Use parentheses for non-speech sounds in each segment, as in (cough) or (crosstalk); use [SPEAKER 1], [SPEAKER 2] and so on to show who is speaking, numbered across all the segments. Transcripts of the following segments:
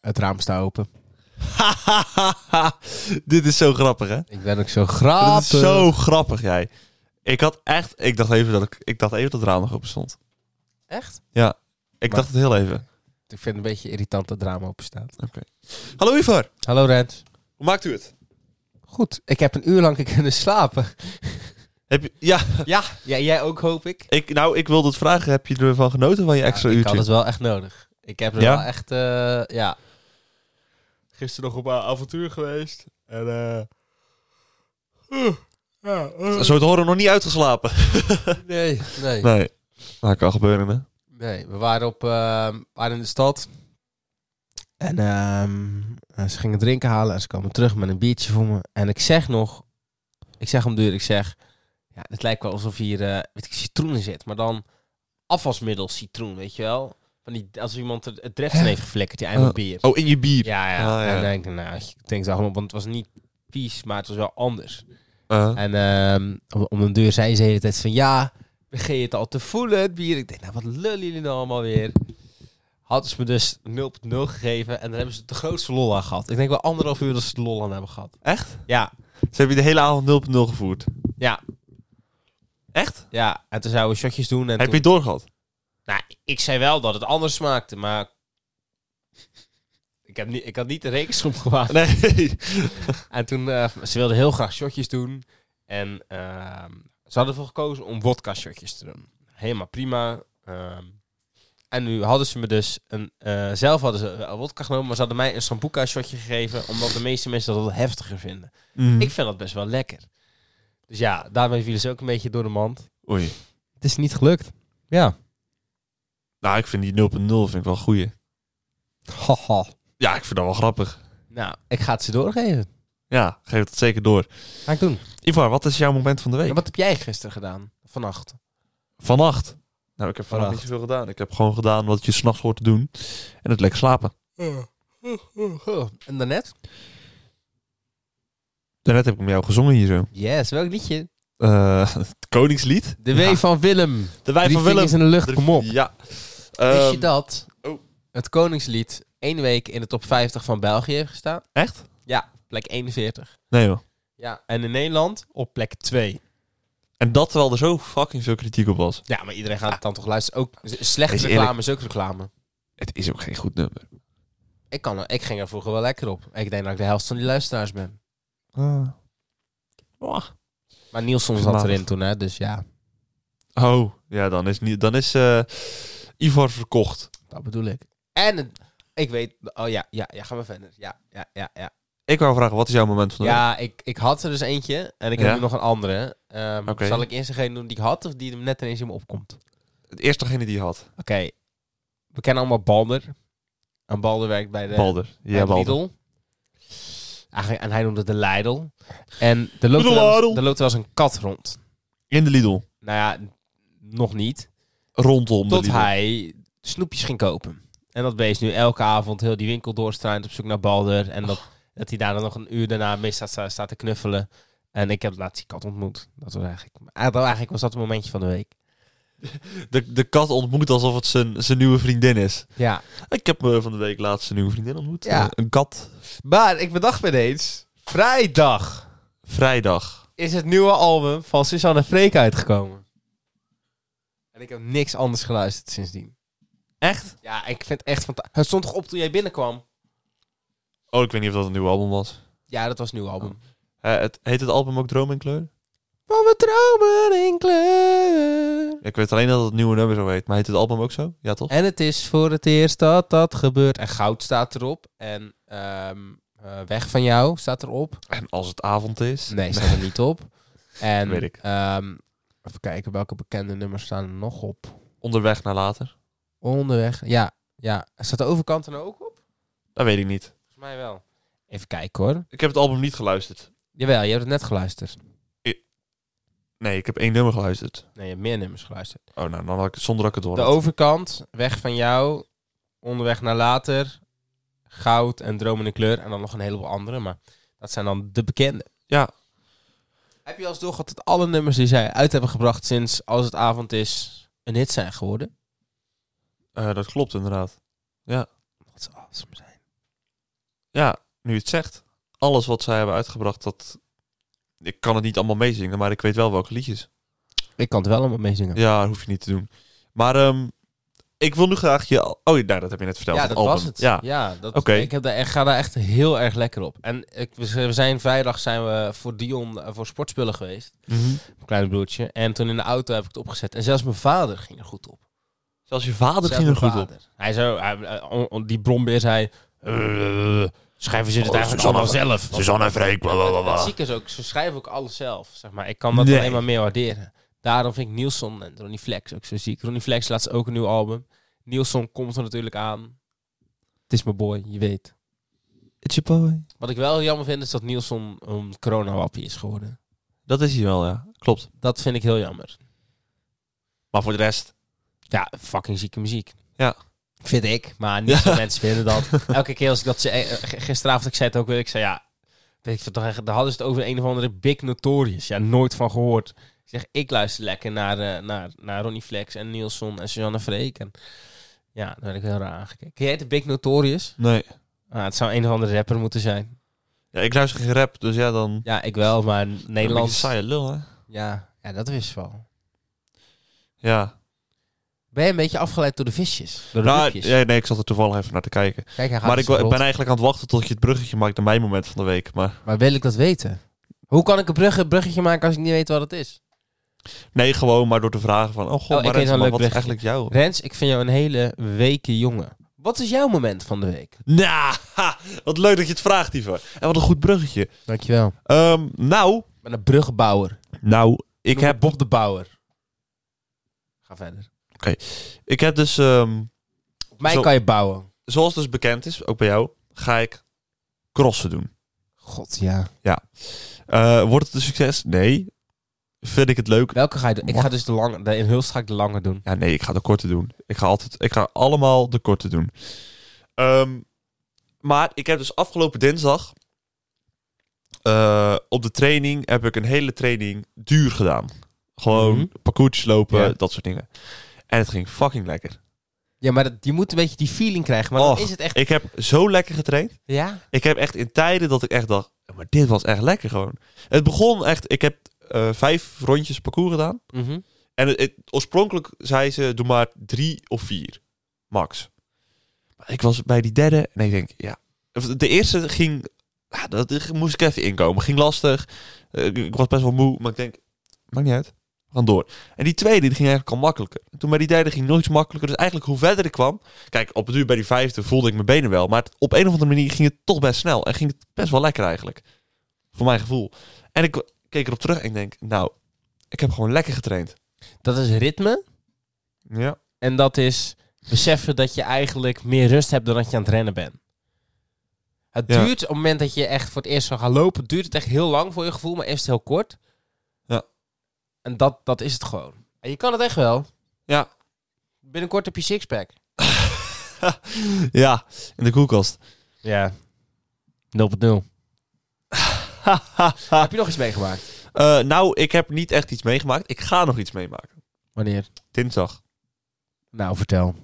[SPEAKER 1] Het raam staat open.
[SPEAKER 2] (laughs) Dit is zo grappig, hè?
[SPEAKER 1] Ik ben ook zo grappig.
[SPEAKER 2] Dit is eh, zo grappig, jij. Ik had echt... Ik dacht even dat, ik, ik dacht even dat het raam nog open stond.
[SPEAKER 1] Echt?
[SPEAKER 2] Ik
[SPEAKER 1] Maar-
[SPEAKER 2] dacht het heel even.
[SPEAKER 1] Ik vind het een beetje irritant dat het raam open staat.
[SPEAKER 2] Hallo, Ivar.
[SPEAKER 1] Hallo Rens.
[SPEAKER 2] Hoe maakt u het?
[SPEAKER 1] Goed, ik heb een uur lang (laughs) kunnen slapen.
[SPEAKER 2] Heb je, (laughs) ja,
[SPEAKER 1] Ja, ja jij ook hoop ik.
[SPEAKER 2] ik, nou, ik wilde het vragen. Heb je ervan genoten van je extra
[SPEAKER 1] ja, ik
[SPEAKER 2] uurtje?
[SPEAKER 1] had het wel echt nodig. Ik heb er
[SPEAKER 2] Ja?
[SPEAKER 1] wel echt, eh, ja.
[SPEAKER 3] Gisteren nog op een avontuur geweest. En eh,
[SPEAKER 2] Zo het horen nog niet uitgeslapen. (laughs)
[SPEAKER 1] Nee, nee.
[SPEAKER 2] Nee. Nou, kan gebeuren, hè?
[SPEAKER 1] Nee, we waren, op, ehm, we waren in de stad. En ehm, eh, ze gingen drinken halen en ze kwamen terug met een biertje voor me. En ik zeg nog, ik zeg om duur, ik zeg... Ja, het lijkt wel alsof hier, eh, weet ik, citroen in zit. Maar dan afwasmiddel citroen, weet je wel? Van die, als iemand er- het drefsel heeft geflikkerd, die eindelijk bier.
[SPEAKER 2] Oh, in je bier.
[SPEAKER 1] Ja, ja.
[SPEAKER 2] Ah, ja.
[SPEAKER 1] En dan denk ik, nou, ik denk zo, want het was niet vies, maar het was wel anders.
[SPEAKER 2] Eh,
[SPEAKER 1] En ehm, om, om de deur zei ze de hele tijd van ja, begin je het al te voelen, het bier. Ik denk, nou wat lullen jullie nou allemaal weer? Hadden ze me dus 0.0 gegeven en daar hebben ze de grootste lol aan gehad. Ik denk wel anderhalf uur dat ze de lol aan hebben gehad.
[SPEAKER 2] Echt?
[SPEAKER 1] Ja,
[SPEAKER 2] Ze hebben je de hele avond 0.0 gevoerd.
[SPEAKER 1] ja,
[SPEAKER 2] Echt?
[SPEAKER 1] ja. En toen zouden we shotjes doen. En
[SPEAKER 2] Heb je
[SPEAKER 1] toen-
[SPEAKER 2] het doorgehad?
[SPEAKER 1] Nou, ik zei wel dat het anders smaakte, maar... Ik, heb niet, ik had niet de rekensom gemaakt.
[SPEAKER 2] Nee.
[SPEAKER 1] (laughs) En toen, eh, ze wilden heel graag shotjes doen. En ehm, ze hadden ervoor gekozen om wodka shotjes te doen. Helemaal prima. ehm. en nu hadden ze me dus, een, eh, zelf hadden ze wel wodka genomen, maar ze hadden mij een sambuca shotje gegeven, omdat de meeste mensen dat wel heftiger vinden. Ik vind dat best wel lekker. Dus ja, daarmee vielen ze ook een beetje door de mand.
[SPEAKER 2] Oei.
[SPEAKER 1] Het is niet gelukt. Ja.
[SPEAKER 2] Nou, ik vind die 0.0 vind ik wel een goeie.
[SPEAKER 1] Haha.
[SPEAKER 2] Ja, ik vind dat wel grappig.
[SPEAKER 1] Nou, ik ga het ze doorgeven.
[SPEAKER 2] Ja, geef het zeker door.
[SPEAKER 1] Ga ik doen.
[SPEAKER 2] Ivar, wat is jouw moment van de week?
[SPEAKER 1] En wat heb jij gisteren gedaan? Vannacht.
[SPEAKER 2] Vannacht. Nou, ik heb vannacht
[SPEAKER 1] Vannacht.
[SPEAKER 2] niet zoveel gedaan. Ik heb gewoon gedaan wat je s'nachts hoort te doen. En het lekker slapen.
[SPEAKER 1] Eh. En daarnet?
[SPEAKER 2] Daarnet heb ik met jou gezongen hier zo.
[SPEAKER 1] Yes, welk liedje?
[SPEAKER 2] Eh, het Koningslied.
[SPEAKER 1] De W van Willem.
[SPEAKER 2] De Wij
[SPEAKER 1] Drie
[SPEAKER 2] van Willem.
[SPEAKER 1] vingers in de lucht,
[SPEAKER 2] Drie-
[SPEAKER 1] kom op.
[SPEAKER 2] Ja.
[SPEAKER 1] Wist
[SPEAKER 2] Ehm,
[SPEAKER 1] je dat
[SPEAKER 2] oh.
[SPEAKER 1] het Koningslied één week in de top 50 van België heeft gestaan?
[SPEAKER 2] Echt?
[SPEAKER 1] Plek 41.
[SPEAKER 2] Nee joh.
[SPEAKER 1] Ja, en in Nederland op plek 2.
[SPEAKER 2] En dat terwijl er zo fucking veel kritiek op was.
[SPEAKER 1] Ja, maar iedereen gaat het dan toch luisteren. Ook slechte
[SPEAKER 2] Wees
[SPEAKER 1] reclame
[SPEAKER 2] eerlijk.
[SPEAKER 1] is ook reclame.
[SPEAKER 2] Het is ook geen goed nummer.
[SPEAKER 1] Ik, kan, er- ik ging er vroeger wel lekker op. Ik denk dat ik de helft van die luisteraars ben.
[SPEAKER 2] Ah.
[SPEAKER 1] Maar Nielsen zat
[SPEAKER 2] Gematigd.
[SPEAKER 1] erin toen, hè, dus ja,
[SPEAKER 2] Oh, ja, dan is, niet, dan is eh, Ivar verkocht.
[SPEAKER 1] dat bedoel ik. En het- ik weet... Oh ja, ja, ja, ga maar verder. Ja, ja, ja, ja.
[SPEAKER 2] Ik wou vragen, wat is jouw moment van de week?
[SPEAKER 1] Ja, ik, ik had er dus eentje en ik heb
[SPEAKER 2] Ja?
[SPEAKER 1] nu nog een andere. Ehm,
[SPEAKER 2] Oké.
[SPEAKER 1] Zal ik eerst degene doen die ik had of die er net ineens in me opkomt?
[SPEAKER 2] Het eerste degene die je had.
[SPEAKER 1] Oké, we kennen allemaal Balder. En Balder werkt bij de
[SPEAKER 2] Balder.
[SPEAKER 1] bij
[SPEAKER 2] Ja, Balder.
[SPEAKER 1] Lidl. Eigenlijk, en hij noemde het de Lidl. En er loopt,
[SPEAKER 2] Lidl,
[SPEAKER 1] wel eens-
[SPEAKER 2] Lidl.
[SPEAKER 1] er loopt wel eens een kat rond.
[SPEAKER 2] In de Lidl.
[SPEAKER 1] Nou ja, nog niet.
[SPEAKER 2] Rondom de
[SPEAKER 1] Tot
[SPEAKER 2] Lidl.
[SPEAKER 1] hij snoepjes ging kopen. En dat beest nu elke avond heel die winkel doorstruint op zoek naar Balder. En dat, dat hij daar dan nog een uur daarna mee staat, staat- staat te knuffelen. En ik heb laatst die kat ontmoet. Dat was eigenlijk, ah, dat- eigenlijk was dat het momentje van de week.
[SPEAKER 2] De, de kat ontmoet alsof het zijn, zijn nieuwe vriendin is.
[SPEAKER 1] Ja.
[SPEAKER 2] Ik heb me van de week laatst zijn nieuwe vriendin ontmoet.
[SPEAKER 1] Ja.
[SPEAKER 2] Eh, een kat.
[SPEAKER 1] Maar ik bedacht me ineens, vrijdag.
[SPEAKER 2] Vrijdag.
[SPEAKER 1] is het nieuwe album van Susanne Freek uitgekomen. En ik heb niks anders geluisterd sindsdien.
[SPEAKER 2] Echt?
[SPEAKER 1] Ja, ik vind het echt fantastisch. Het stond toch op toen jij binnenkwam?
[SPEAKER 2] Oh, ik weet niet of dat een nieuw album was.
[SPEAKER 1] Ja, dat was een nieuw album.
[SPEAKER 2] Eh, het, heet het album ook Droom in Kleur?
[SPEAKER 1] Van mijn dromen in kleur.
[SPEAKER 2] Ik weet alleen dat het nieuwe nummer zo heet. Maar heet het album ook zo? Ja, toch?
[SPEAKER 1] En het is voor het eerst dat dat gebeurt. En goud staat erop. En ehm, eh, weg van jou staat erop.
[SPEAKER 2] En als het avond is.
[SPEAKER 1] Nee, staat er niet op. En
[SPEAKER 2] Weet ik.
[SPEAKER 1] ehm, even kijken welke bekende nummers staan er nog op.
[SPEAKER 2] Onderweg naar later.
[SPEAKER 1] Onderweg. Ja, ja. Staat de overkant er nou ook op?
[SPEAKER 2] Dat weet ik niet.
[SPEAKER 1] Volgens mij wel. Even kijken hoor.
[SPEAKER 2] Ik heb het album niet geluisterd.
[SPEAKER 1] Jawel, je hebt het net geluisterd.
[SPEAKER 2] Nee, ik heb één nummer geluisterd.
[SPEAKER 1] Nee, je hebt meer nummers geluisterd.
[SPEAKER 2] Oh, nou, dan had ik, zonder dat ik het hoor.
[SPEAKER 1] De overkant, weg van jou, onderweg naar later, goud en dromende kleur. En dan nog een heleboel andere, maar dat zijn dan de bekende.
[SPEAKER 2] Ja.
[SPEAKER 1] Heb je als doorgehad dat alle nummers die zij uit hebben gebracht sinds Als het avond is een hit zijn geworden?
[SPEAKER 2] Eh, dat klopt inderdaad.
[SPEAKER 1] Wat zou awesome zijn.
[SPEAKER 2] Ja, nu je het zegt. Alles wat zij hebben uitgebracht, dat... Ik kan het niet allemaal meezingen, maar ik weet wel welke liedjes.
[SPEAKER 1] Ik kan het wel allemaal meezingen.
[SPEAKER 2] Ja, dat hoef je niet te doen. Maar ehm, ik wil nu graag je... al- Oh, nou, dat heb je net verteld.
[SPEAKER 1] Ja,
[SPEAKER 2] het
[SPEAKER 1] dat
[SPEAKER 2] album.
[SPEAKER 1] was het.
[SPEAKER 2] Ja.
[SPEAKER 1] Ja, dat,
[SPEAKER 2] Oké.
[SPEAKER 1] ik heb daar, echt- ga daar echt heel erg lekker op. En ik, we zijn vrijdag zijn we voor Dion eh, voor sportspullen geweest.
[SPEAKER 2] Mhm.
[SPEAKER 1] Mijn kleine broertje. En toen in de auto heb ik het opgezet. En zelfs mijn vader ging er goed op.
[SPEAKER 2] Zelfs je vader
[SPEAKER 1] Zelfs
[SPEAKER 2] ging er
[SPEAKER 1] mijn
[SPEAKER 2] goed op.
[SPEAKER 1] vader. Hij zo, hij- eh, on- on- die brombeer zei... eh, Schrijven ze het
[SPEAKER 2] Oh,
[SPEAKER 1] eigenlijk
[SPEAKER 2] Suzanne-
[SPEAKER 1] allemaal zelf.
[SPEAKER 2] Suzanne en Freek, bla, bla, bla, bla.
[SPEAKER 1] Het zieke is ook, ze schrijven ook alles zelf. Zeg maar. Ik kan dat
[SPEAKER 2] Nee.
[SPEAKER 1] alleen maar meer waarderen. Daarom vind ik Nielsen en Ronnie Flex ook zo ziek. Ronnie Flex laatst ook een nieuw album. Nielsen komt er natuurlijk aan. Het is mijn boy, je weet.
[SPEAKER 2] It's your boy.
[SPEAKER 1] Wat ik wel jammer vind is dat Nielsen een coronawappie is geworden.
[SPEAKER 2] Dat is hij wel, ja. Klopt.
[SPEAKER 1] Dat vind ik heel jammer.
[SPEAKER 2] Maar voor de rest...
[SPEAKER 1] Ja, fucking zieke muziek.
[SPEAKER 2] Ja.
[SPEAKER 1] Vind ik, maar niet veel mensen vinden
[SPEAKER 2] (laughs)
[SPEAKER 1] dat. Elke keer als ik dat ze, eh, g- gisteravond, ik zei het ook weer, ik zei ja, weet ik veel, toch echt- daar hadden ze het over een of andere Big Notorious. Ja, nooit van gehoord. Ik zeg, ik luister lekker naar, eh, naar, naar Ronnie Flex en Nielsen en Suzanne Freek. En, ja, daar werd ik heel raar aangekeken. Ken jij de Big Notorious?
[SPEAKER 2] Nee.
[SPEAKER 1] Ah, het zou een of andere rapper moeten zijn.
[SPEAKER 2] Ja, ik luister geen rap, dus ja, dan...
[SPEAKER 1] Ja, ik wel, maar Nederlands.
[SPEAKER 2] Saaie lul, hè?
[SPEAKER 1] Ja, ja, dat wist wel.
[SPEAKER 2] Ja.
[SPEAKER 1] Ben je een beetje afgeleid door de visjes? Door de
[SPEAKER 2] Nou,
[SPEAKER 1] lupjes?
[SPEAKER 2] ja, nee, ik zat er toevallig even naar te kijken.
[SPEAKER 1] Kijk, hij gaat
[SPEAKER 2] maar
[SPEAKER 1] dus
[SPEAKER 2] ik, wa- ik
[SPEAKER 1] rond.
[SPEAKER 2] ben eigenlijk aan het wachten tot je het bruggetje maakt naar mijn moment van de week. Maar
[SPEAKER 1] Maar wil ik dat weten? Hoe kan ik een brugge- bruggetje maken als ik niet weet wat het is?
[SPEAKER 2] nee, gewoon maar door te vragen van... Oh, god,
[SPEAKER 1] Oh, ik
[SPEAKER 2] maar
[SPEAKER 1] weet
[SPEAKER 2] Renze,
[SPEAKER 1] wel een
[SPEAKER 2] maar
[SPEAKER 1] leuk
[SPEAKER 2] wat is eigenlijk jouw...
[SPEAKER 1] Rens, ik vind jou een hele weke jongen. Wat is jouw moment van de week?
[SPEAKER 2] Nou, (laughs) ha, wat leuk dat je het vraagt, Ivo. En wat een goed bruggetje.
[SPEAKER 1] Dankjewel.
[SPEAKER 2] Ehm, nou,
[SPEAKER 1] Ik ben een brugbouwer.
[SPEAKER 2] nou, ik
[SPEAKER 1] Noem me
[SPEAKER 2] heb,
[SPEAKER 1] Bob de Bouwer. Ga verder.
[SPEAKER 2] ik heb dus... ehm,
[SPEAKER 1] Op mij
[SPEAKER 2] Zo-
[SPEAKER 1] kan je bouwen.
[SPEAKER 2] zoals dus bekend is, ook bij jou, ga ik crossen doen.
[SPEAKER 1] God, ja.
[SPEAKER 2] Eh, wordt het een succes? Nee. Vind ik het leuk?
[SPEAKER 1] Welke ga je doen? Ik ga
[SPEAKER 2] Wat?
[SPEAKER 1] dus de lange... De, in Hulst ga ik de lange doen.
[SPEAKER 2] Ja, nee, ik ga de korte doen. Ik ga altijd, ik ga allemaal de korte doen. Ehm, maar ik heb dus afgelopen dinsdag eh, op de training heb ik een hele training duur gedaan. Gewoon
[SPEAKER 1] Mhm.
[SPEAKER 2] parcours lopen,
[SPEAKER 1] Ja.
[SPEAKER 2] dat soort dingen. En het ging fucking lekker.
[SPEAKER 1] Ja, maar dat, je moet een beetje die feeling krijgen. Maar
[SPEAKER 2] Och.
[SPEAKER 1] dan is het echt...
[SPEAKER 2] Ik heb zo lekker getraind.
[SPEAKER 1] Ja?
[SPEAKER 2] Ik heb echt in tijden dat ik echt dacht, maar dit was echt lekker gewoon. Het begon echt, ik heb eh, vijf rondjes parcours gedaan.
[SPEAKER 1] Mhm.
[SPEAKER 2] En het, het- oorspronkelijk zei ze, doe maar drie of vier. Max. Maar ik was bij die derde en ik denk, ja. Of De eerste ging, ja, dat dat moest ik even inkomen. Ging lastig. Eh, ik- ik was best wel moe, maar ik denk, maakt niet uit. We gaan door. En die tweede, die ging eigenlijk al makkelijker. En toen bij die derde ging nog iets makkelijker. Dus eigenlijk hoe verder ik kwam... Kijk, op het duur bij die vijfde voelde ik mijn benen wel. Maar het- op een of andere manier ging het toch best snel. En ging het best wel lekker eigenlijk. Voor mijn gevoel. En ik keek erop terug en ik denk, nou, ik heb gewoon lekker getraind.
[SPEAKER 1] Dat is ritme.
[SPEAKER 2] Ja.
[SPEAKER 1] En dat is beseffen dat je eigenlijk meer rust hebt dan dat je aan het rennen bent. Het
[SPEAKER 2] Ja.
[SPEAKER 1] duurt op het moment dat je echt voor het eerst zou gaan lopen, duurt het echt heel lang voor je gevoel, maar eerst heel kort.
[SPEAKER 2] Ja.
[SPEAKER 1] En dat, dat is het gewoon. En je kan het echt wel.
[SPEAKER 2] Ja.
[SPEAKER 1] Binnenkort heb je sixpack.
[SPEAKER 2] Ja, in de koelkast.
[SPEAKER 1] Ja. 0.0. Heb je nog iets meegemaakt?
[SPEAKER 2] Eh, nou, ik heb niet echt iets meegemaakt. Ik ga nog iets meemaken.
[SPEAKER 1] Wanneer?
[SPEAKER 2] Dinsdag.
[SPEAKER 1] Nou, vertel.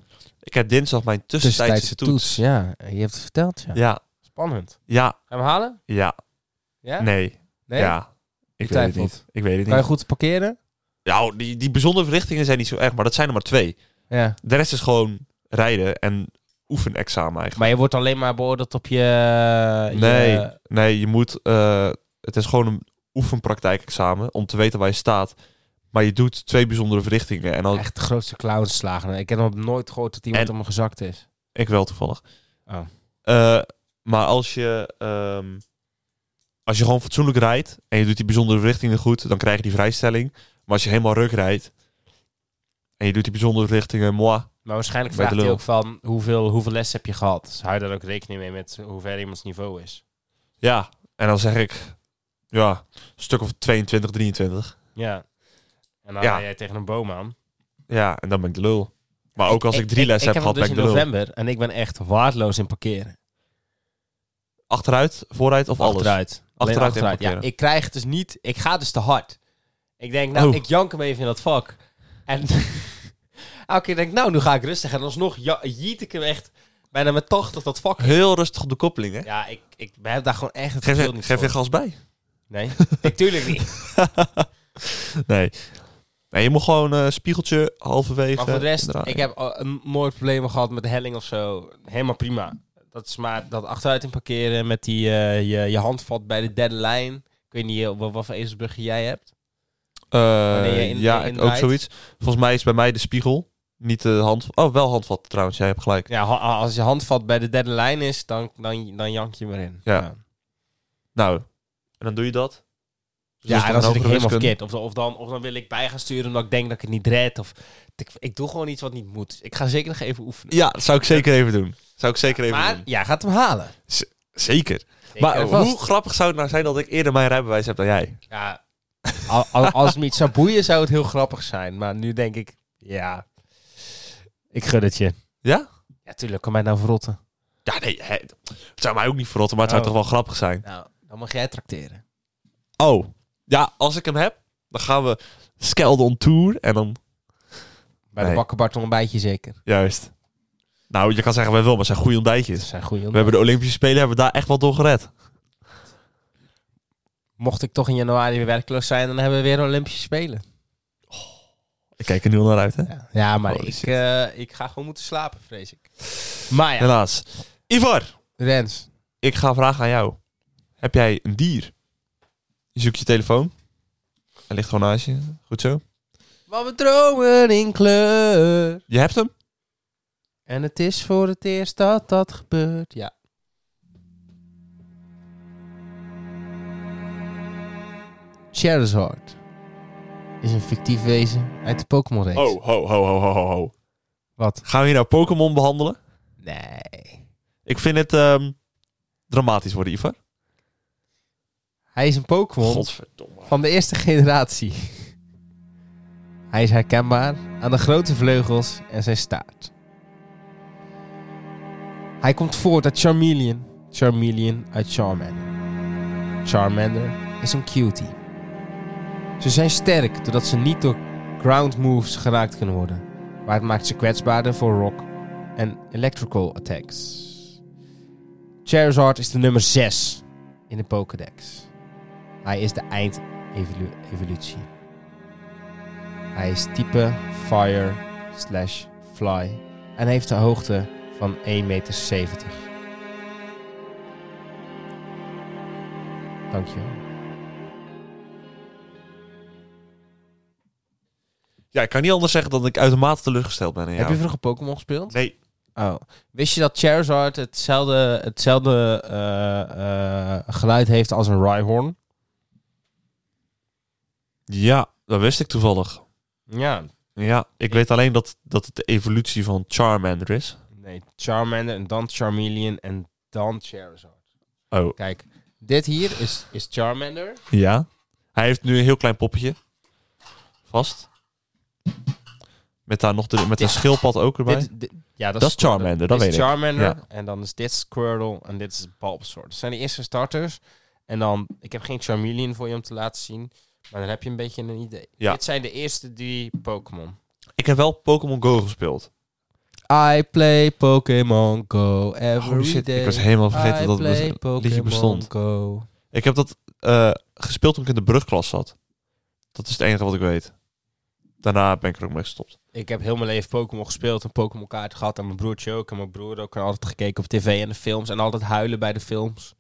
[SPEAKER 2] Ik heb dinsdag mijn tussentijdse toets.
[SPEAKER 1] Ja, je hebt het verteld. Ja.
[SPEAKER 2] Ja,
[SPEAKER 1] Spannend.
[SPEAKER 2] ja,
[SPEAKER 1] Gaan we halen?
[SPEAKER 2] ja.
[SPEAKER 1] Ja?
[SPEAKER 2] Nee,
[SPEAKER 1] Nee?
[SPEAKER 2] ja. Ik weet het
[SPEAKER 1] twijfelt.
[SPEAKER 2] niet. Ik weet het
[SPEAKER 1] Kan je
[SPEAKER 2] niet.
[SPEAKER 1] goed parkeren?
[SPEAKER 2] Nou, die, die bijzondere verrichtingen zijn niet zo erg, maar dat zijn er maar twee.
[SPEAKER 1] Ja.
[SPEAKER 2] De rest is gewoon rijden en oefenexamen eigenlijk.
[SPEAKER 1] Maar je wordt alleen maar beoordeeld op je... je- eh,
[SPEAKER 2] Nee, nee, je moet... eh, het is gewoon een oefenpraktijkexamen om te weten waar je staat. Maar je doet twee bijzondere verrichtingen. En dan,
[SPEAKER 1] echt de grootste clownslagen. Ik heb nog nooit gehoord dat iemand
[SPEAKER 2] En-
[SPEAKER 1] om hem gezakt is.
[SPEAKER 2] ik wel toevallig.
[SPEAKER 1] Oh.
[SPEAKER 2] Eh, maar als je, ehm, als je gewoon fatsoenlijk rijdt en je doet die bijzondere richtingen goed, dan krijg je die vrijstelling. Maar als je helemaal ruk rijdt en je doet die bijzondere richtingen, moi.
[SPEAKER 1] Maar waarschijnlijk
[SPEAKER 2] Bij de
[SPEAKER 1] vraagt hij
[SPEAKER 2] lul.
[SPEAKER 1] ook van hoeveel, hoeveel les heb je gehad. Dus hou daar ook rekening mee met hoe ver iemands niveau is.
[SPEAKER 2] Ja, en dan zeg ik, ja, een stuk of 22, 23.
[SPEAKER 1] Ja. En dan
[SPEAKER 2] Ja.
[SPEAKER 1] ga jij tegen een boom aan.
[SPEAKER 2] Ja, en dan ben ik de lul. Maar ook als ik, drie lessen heb gehad,
[SPEAKER 1] Ik heb
[SPEAKER 2] ben
[SPEAKER 1] het
[SPEAKER 2] ik
[SPEAKER 1] dus
[SPEAKER 2] de
[SPEAKER 1] in
[SPEAKER 2] lul.
[SPEAKER 1] november en ik ben echt waardeloos in parkeren.
[SPEAKER 2] Achteruit, vooruit of alles?
[SPEAKER 1] Achteruit. Alleen
[SPEAKER 2] Achteruit in
[SPEAKER 1] Ja,
[SPEAKER 2] parkeren.
[SPEAKER 1] ik krijg het dus niet... Ik ga dus te hard. Ik denk, nou,
[SPEAKER 2] Oh.
[SPEAKER 1] ik jank hem even in dat vak. En (laughs) Elke keer denk ik, nou, nu ga ik rustig. En alsnog ja, jiet ik hem echt bijna met 80 dat vak. in.
[SPEAKER 2] Heel rustig op de koppeling, hè?
[SPEAKER 1] Ja, ik, ik heb daar gewoon echt het
[SPEAKER 2] Geef,
[SPEAKER 1] gevoel
[SPEAKER 2] je,
[SPEAKER 1] niet
[SPEAKER 2] geef je
[SPEAKER 1] voor.
[SPEAKER 2] gas bij. (laughs)
[SPEAKER 1] Nee, ik tuurlijk niet.
[SPEAKER 2] nee. nee. Je moet gewoon een spiegeltje halverwege
[SPEAKER 1] Maar voor de rest,
[SPEAKER 2] draaien.
[SPEAKER 1] ik heb al- een- nooit problemen gehad met de helling of zo. Helemaal prima. Dat is maar dat achteruit in parkeren met die, eh, je, je hand valt bij de derde lijn. Ik weet niet eh, wat, wat voor ezelsbrugje jij hebt.
[SPEAKER 2] Eh,
[SPEAKER 1] wanneer je in-
[SPEAKER 2] ja,
[SPEAKER 1] in
[SPEAKER 2] ook
[SPEAKER 1] draait.
[SPEAKER 2] zoiets. Volgens mij is bij mij de spiegel, niet de hand. Oh, wel handvat trouwens, jij hebt gelijk.
[SPEAKER 1] Ja, ha- als je hand valt bij de derde lijn is, dan, dan, dan jank je hem erin.
[SPEAKER 2] Ja. Dus Nou, en dan doe je dat. Dus
[SPEAKER 1] Ja,
[SPEAKER 2] dat is
[SPEAKER 1] en
[SPEAKER 2] toch
[SPEAKER 1] dan zit ik
[SPEAKER 2] een
[SPEAKER 1] helemaal
[SPEAKER 2] hogere wiskunde.
[SPEAKER 1] verkeerd. Of, of, dan, of dan wil ik bij gaan sturen omdat ik denk dat ik het niet red. Of, ik, ik doe gewoon iets wat niet moet. Ik ga zeker nog even oefenen.
[SPEAKER 2] Ja, dat zou ik zeker even doen. Zou ik zeker even
[SPEAKER 1] maar
[SPEAKER 2] doen.
[SPEAKER 1] jij gaat hem halen.
[SPEAKER 2] Zeker.
[SPEAKER 1] Zeker
[SPEAKER 2] maar
[SPEAKER 1] en
[SPEAKER 2] hoe
[SPEAKER 1] vast.
[SPEAKER 2] grappig zou het nou zijn dat ik eerder mijn rijbewijs heb dan jij?
[SPEAKER 1] Ja, (laughs) al- al- als het me iets zou boeien, zou het heel grappig zijn. Maar nu denk ik, ja, ik gun het je.
[SPEAKER 2] Ja?
[SPEAKER 1] Ja, tuurlijk, kan mij nou verrotten.
[SPEAKER 2] Ja, nee. hè, het zou mij ook niet verrotten, maar het
[SPEAKER 1] Oh.
[SPEAKER 2] zou toch wel grappig zijn.
[SPEAKER 1] Nou, dan mag jij tracteren.
[SPEAKER 2] Oh, ja, als ik hem heb, dan gaan we Skeldon Tour en dan...
[SPEAKER 1] Bij
[SPEAKER 2] Nee.
[SPEAKER 1] de bakkenbart ontbijtje zeker.
[SPEAKER 2] Juist. Nou, je kan zeggen, wij wel, maar het zijn goede ontbijtjes.
[SPEAKER 1] Dat zijn goede
[SPEAKER 2] We hebben de Olympische Spelen, hebben we daar echt wel door gered.
[SPEAKER 1] Mocht ik toch in januari weer werkloos zijn, dan hebben we weer Olympische Spelen.
[SPEAKER 2] Ik kijk er nu al naar uit, hè?
[SPEAKER 1] Ja, ja maar
[SPEAKER 2] Holy
[SPEAKER 1] ik,
[SPEAKER 2] shit.
[SPEAKER 1] eh, ik ga gewoon moeten slapen, vrees ik. Maar ja,
[SPEAKER 2] Helaas. Ivar,
[SPEAKER 1] Rens.
[SPEAKER 2] ik ga vragen aan jou. Heb jij een dier? Je zoekt je telefoon. Hij ligt gewoon naast je. Goed zo.
[SPEAKER 1] Want we dromen in kleur.
[SPEAKER 2] Je hebt hem?
[SPEAKER 1] En het is voor het eerst dat dat gebeurt. Ja. Charizard is een fictief wezen uit de Pokémon-reeks.
[SPEAKER 2] ho, ho, ho, ho, ho, ho.
[SPEAKER 1] Wat?
[SPEAKER 2] Gaan we hier nou Pokémon behandelen?
[SPEAKER 1] Nee.
[SPEAKER 2] Ik vind het ehm, dramatisch worden, Ivar.
[SPEAKER 1] Hij is een Pokémon
[SPEAKER 2] Godverdomme.
[SPEAKER 1] van de eerste generatie. Hij is herkenbaar aan de grote vleugels en zijn staart. Hij komt voort uit Charmeleon. Charmeleon uit Charmander. Charmander is een cutie. Ze zijn sterk doordat ze niet door ground moves geraakt kunnen worden. Maar het maakt ze kwetsbaarder voor rock en electrical attacks. Charizard is de nummer 6 in de Pokédex. Hij is de eindevolutie. Hij is type fire slash fly en heeft een hoogte van 1,70 meter. Dankjewel.
[SPEAKER 2] Ja, ik kan niet anders zeggen dan dat ik uitermate teleurgesteld ben in jou.
[SPEAKER 1] Heb je vroeger Pokémon gespeeld?
[SPEAKER 2] Nee.
[SPEAKER 1] Oh. Wist je dat Charizard hetzelfde, hetzelfde eh, eh, geluid heeft als een Rhyhorn?
[SPEAKER 2] Ja, dat wist ik toevallig.
[SPEAKER 1] Ja.
[SPEAKER 2] Ja, ik weet alleen dat, dat het de evolutie van Charmander is.
[SPEAKER 1] Nee, Charmander en dan Charmeleon en dan Charizard.
[SPEAKER 2] Oh,
[SPEAKER 1] Kijk, dit hier is, is Charmander.
[SPEAKER 2] ja. Hij heeft nu een heel klein poppetje. Vast. Met daar nog de, met een schildpad ook erbij.
[SPEAKER 1] Dit, dit- ja, dat,
[SPEAKER 2] Dat is
[SPEAKER 1] Squirtle.
[SPEAKER 2] Charmander, dat
[SPEAKER 1] Dit is
[SPEAKER 2] weet ik.
[SPEAKER 1] Charmander,
[SPEAKER 2] Ja.
[SPEAKER 1] en dan is dit Squirtle en dit is Bulbasaur. Dat zijn de eerste starters. En dan, ik heb geen Charmeleon voor je om te laten zien, maar dan heb je een beetje een idee.
[SPEAKER 2] Ja.
[SPEAKER 1] Dit zijn de eerste drie Pokémon.
[SPEAKER 2] Ik heb wel Pokémon Go gespeeld.
[SPEAKER 1] I play Pokémon Go every
[SPEAKER 2] Holy Oh, shit, ik was helemaal vergeten dat dat
[SPEAKER 1] play
[SPEAKER 2] het liedje bestond.
[SPEAKER 1] Go.
[SPEAKER 2] Ik heb dat eh, gespeeld toen ik in de brugklas zat. Dat is het enige wat ik weet. Daarna ben ik er ook mee gestopt.
[SPEAKER 1] Ik heb heel mijn leven Pokémon gespeeld en Pokémon kaart gehad. En mijn broertje ook. En mijn broer ook. En altijd gekeken op tv en de films. En altijd huilen bij de films.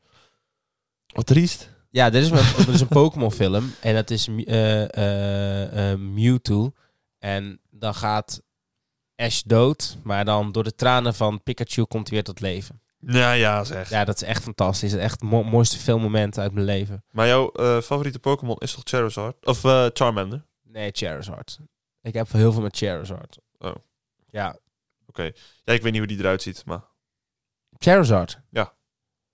[SPEAKER 2] Wat triest.
[SPEAKER 1] Ja, dit is, mijn- dit is een Pokémon film. En dat is eh, eh, eh, Mewtwo. En dan gaat Ash dood. Maar dan door de tranen van Pikachu komt hij weer tot leven.
[SPEAKER 2] Nou ja, zeg.
[SPEAKER 1] Ja, dat is echt fantastisch. Het is echt het mo- mooiste filmmoment uit mijn leven.
[SPEAKER 2] Maar jouw eh, favoriete Pokémon is toch Charizard? Of eh, Charmander?
[SPEAKER 1] Nee, Charizard. Ik heb heel veel met Charizard.
[SPEAKER 2] Oh.
[SPEAKER 1] Ja,
[SPEAKER 2] Ja, ik weet niet hoe die eruit ziet, maar...
[SPEAKER 1] Charizard.
[SPEAKER 2] Ja.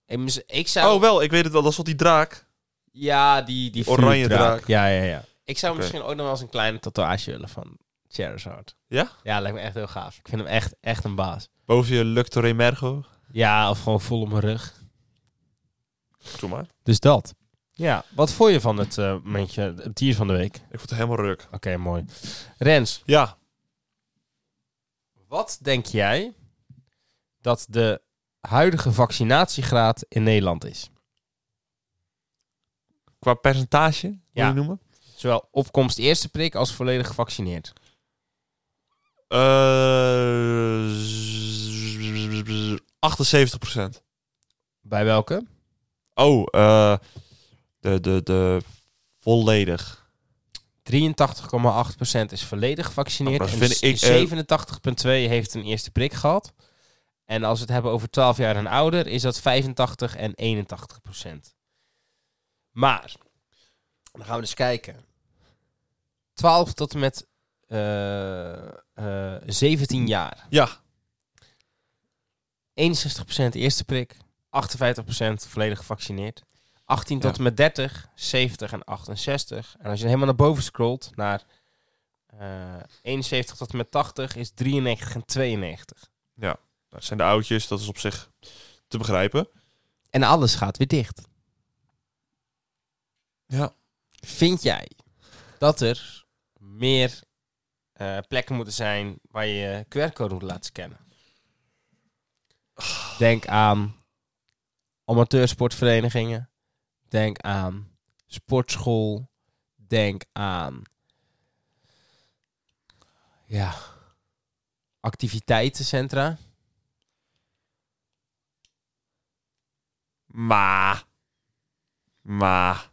[SPEAKER 1] Ik, mis- ik zou...
[SPEAKER 2] Oh, wel, ik weet het wel. Dat is wat die draak.
[SPEAKER 1] Ja, die, die
[SPEAKER 2] Oranje
[SPEAKER 1] vuurdraak.
[SPEAKER 2] draak.
[SPEAKER 1] Ja, ja, ja. Ik zou
[SPEAKER 2] Oké.
[SPEAKER 1] misschien ook nog wel eens een kleine tatoeage willen van Charizard.
[SPEAKER 2] Ja?
[SPEAKER 1] Ja, lijkt me echt heel gaaf. Ik vind hem echt, echt een baas.
[SPEAKER 2] Boven je Luctoré Mergo.
[SPEAKER 1] Ja, of gewoon vol op mijn rug.
[SPEAKER 2] Doe maar.
[SPEAKER 1] Dus dat. Ja, wat vond je van het eh momentje, het dier van de week?
[SPEAKER 2] Ik word helemaal ruk.
[SPEAKER 1] Oké, mooi. Rens,
[SPEAKER 2] Ja.
[SPEAKER 1] Wat denk jij dat de huidige vaccinatiegraad in Nederland is?
[SPEAKER 2] Qua percentage, wil
[SPEAKER 1] Ja.
[SPEAKER 2] je noemen?
[SPEAKER 1] Zowel opkomst eerste prik als volledig gevaccineerd.
[SPEAKER 2] Eh, z- 78%.
[SPEAKER 1] Bij welke?
[SPEAKER 2] Oh, eh, de, de, de volledig.
[SPEAKER 1] 83,8% is volledig gevaccineerd.
[SPEAKER 2] Maar dat
[SPEAKER 1] En
[SPEAKER 2] vind
[SPEAKER 1] s-
[SPEAKER 2] ik, eh,
[SPEAKER 1] 87,2% heeft een eerste prik gehad. En als we het hebben over 12 jaar en ouder, is dat 85 en 81 Maar, dan gaan we dus kijken. 12 tot en met eh, eh, 17 jaar.
[SPEAKER 2] Ja.
[SPEAKER 1] 61% eerste prik, 58% volledig gevaccineerd. 18 tot
[SPEAKER 2] Ja.
[SPEAKER 1] en met 30, 70 en 68. En als je helemaal naar boven scrolt, naar eh, 71 tot en met 80, is 93 en 92.
[SPEAKER 2] Dat zijn de oudjes, dat is op zich te begrijpen.
[SPEAKER 1] En alles gaat weer dicht.
[SPEAKER 2] Ja.
[SPEAKER 1] Vind jij dat er meer eh, plekken moeten zijn waar je je QR-code moet laten scannen? Denk aan amateursportverenigingen. Denk aan sportschool. Denk aan ja, activiteitencentra.
[SPEAKER 2] Maar. Maar.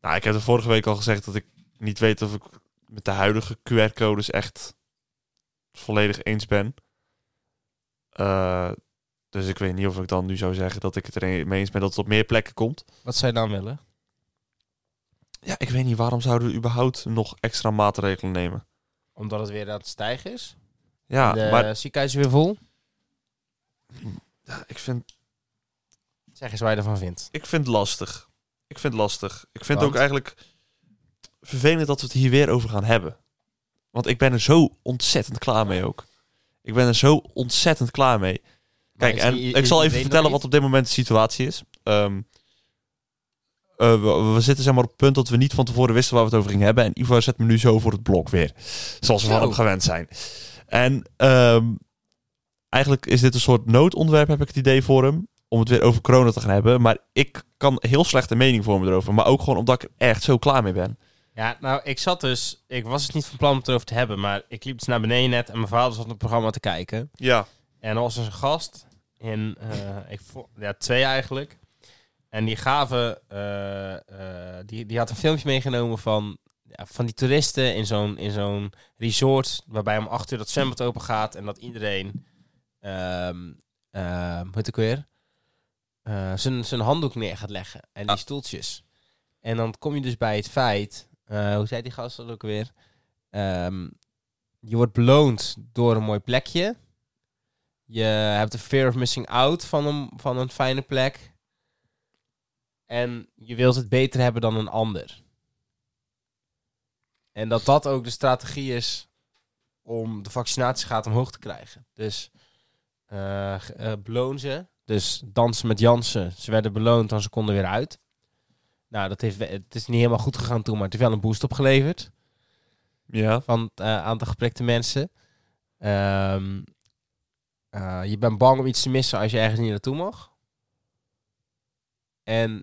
[SPEAKER 2] Nou, ik heb er vorige week al gezegd dat ik niet weet of ik met de huidige QR-codes echt volledig eens ben. Eh, dus ik weet niet of ik dan nu zou zeggen dat ik het er een- mee eens ben dat het op meer plekken komt.
[SPEAKER 1] Wat zou je dan willen?
[SPEAKER 2] Ja, ik weet niet waarom zouden we überhaupt nog extra maatregelen nemen.
[SPEAKER 1] Omdat het weer aan het stijgen is?
[SPEAKER 2] Ja,
[SPEAKER 1] de
[SPEAKER 2] maar
[SPEAKER 1] ziekenhuis weer vol.
[SPEAKER 2] ja, ik vind
[SPEAKER 1] Zeg eens waar je ervan vindt.
[SPEAKER 2] ik vind het lastig. Ik vind het lastig. Ik vind
[SPEAKER 1] Want?
[SPEAKER 2] het ook eigenlijk vervelend dat we het hier weer over gaan hebben. Want ik ben er zo ontzettend klaar mee ook. Ik ben er zo ontzettend klaar mee. Kijk, en ik zal even vertellen wat op dit moment de situatie is. Ehm, eh, we, we zitten zeg maar op het punt dat we niet van tevoren wisten waar we het over gingen hebben. En Ivo zet me nu zo voor het blok weer. Zoals we
[SPEAKER 1] Zo.
[SPEAKER 2] van hem gewend zijn. En ehm, eigenlijk is dit een soort noodonderwerp, heb ik het idee voor hem. Om het weer over corona te gaan hebben. Maar ik kan heel slecht een mening vormen erover. Maar ook gewoon omdat ik er echt zo klaar mee ben.
[SPEAKER 1] Ja, nou, ik zat dus... Ik was dus niet van plan om het erover te hebben, maar ik liep dus naar beneden net en mijn vader zat op het programma te kijken.
[SPEAKER 2] Ja.
[SPEAKER 1] En er was dus een gast in... eh, ik vo- ja, twee eigenlijk. En die gaven... eh, eh, die, die had een filmpje meegenomen van... Ja, van die toeristen in zo'n in zo'n resort... waarbij om acht uur dat zwembad open gaat... en dat iedereen... ehm ehm, hoe heet het ook weer? Eh, zijn zijn handdoek neer gaat leggen. En die
[SPEAKER 2] Ah.
[SPEAKER 1] stoeltjes. En dan kom je dus bij het feit... eh, hoe zei die gast dat ook weer? Ehm, je wordt beloond door een mooi plekje. Je hebt de fear of missing out van een, van een fijne plek. En je wilt het beter hebben dan een ander. En dat dat ook de strategie is om de vaccinatiegraad omhoog te krijgen. Dus eh g- eh, beloon ze. Dus dansen met Jansen. Ze werden beloond en ze konden weer uit. Nou, dat heeft, we- het is niet helemaal goed gegaan toen, maar het heeft wel een boost opgeleverd
[SPEAKER 2] Ja.
[SPEAKER 1] van het eh, aantal geprikte mensen. Ehm, eh, je bent bang om iets te missen als je ergens niet naartoe mag. En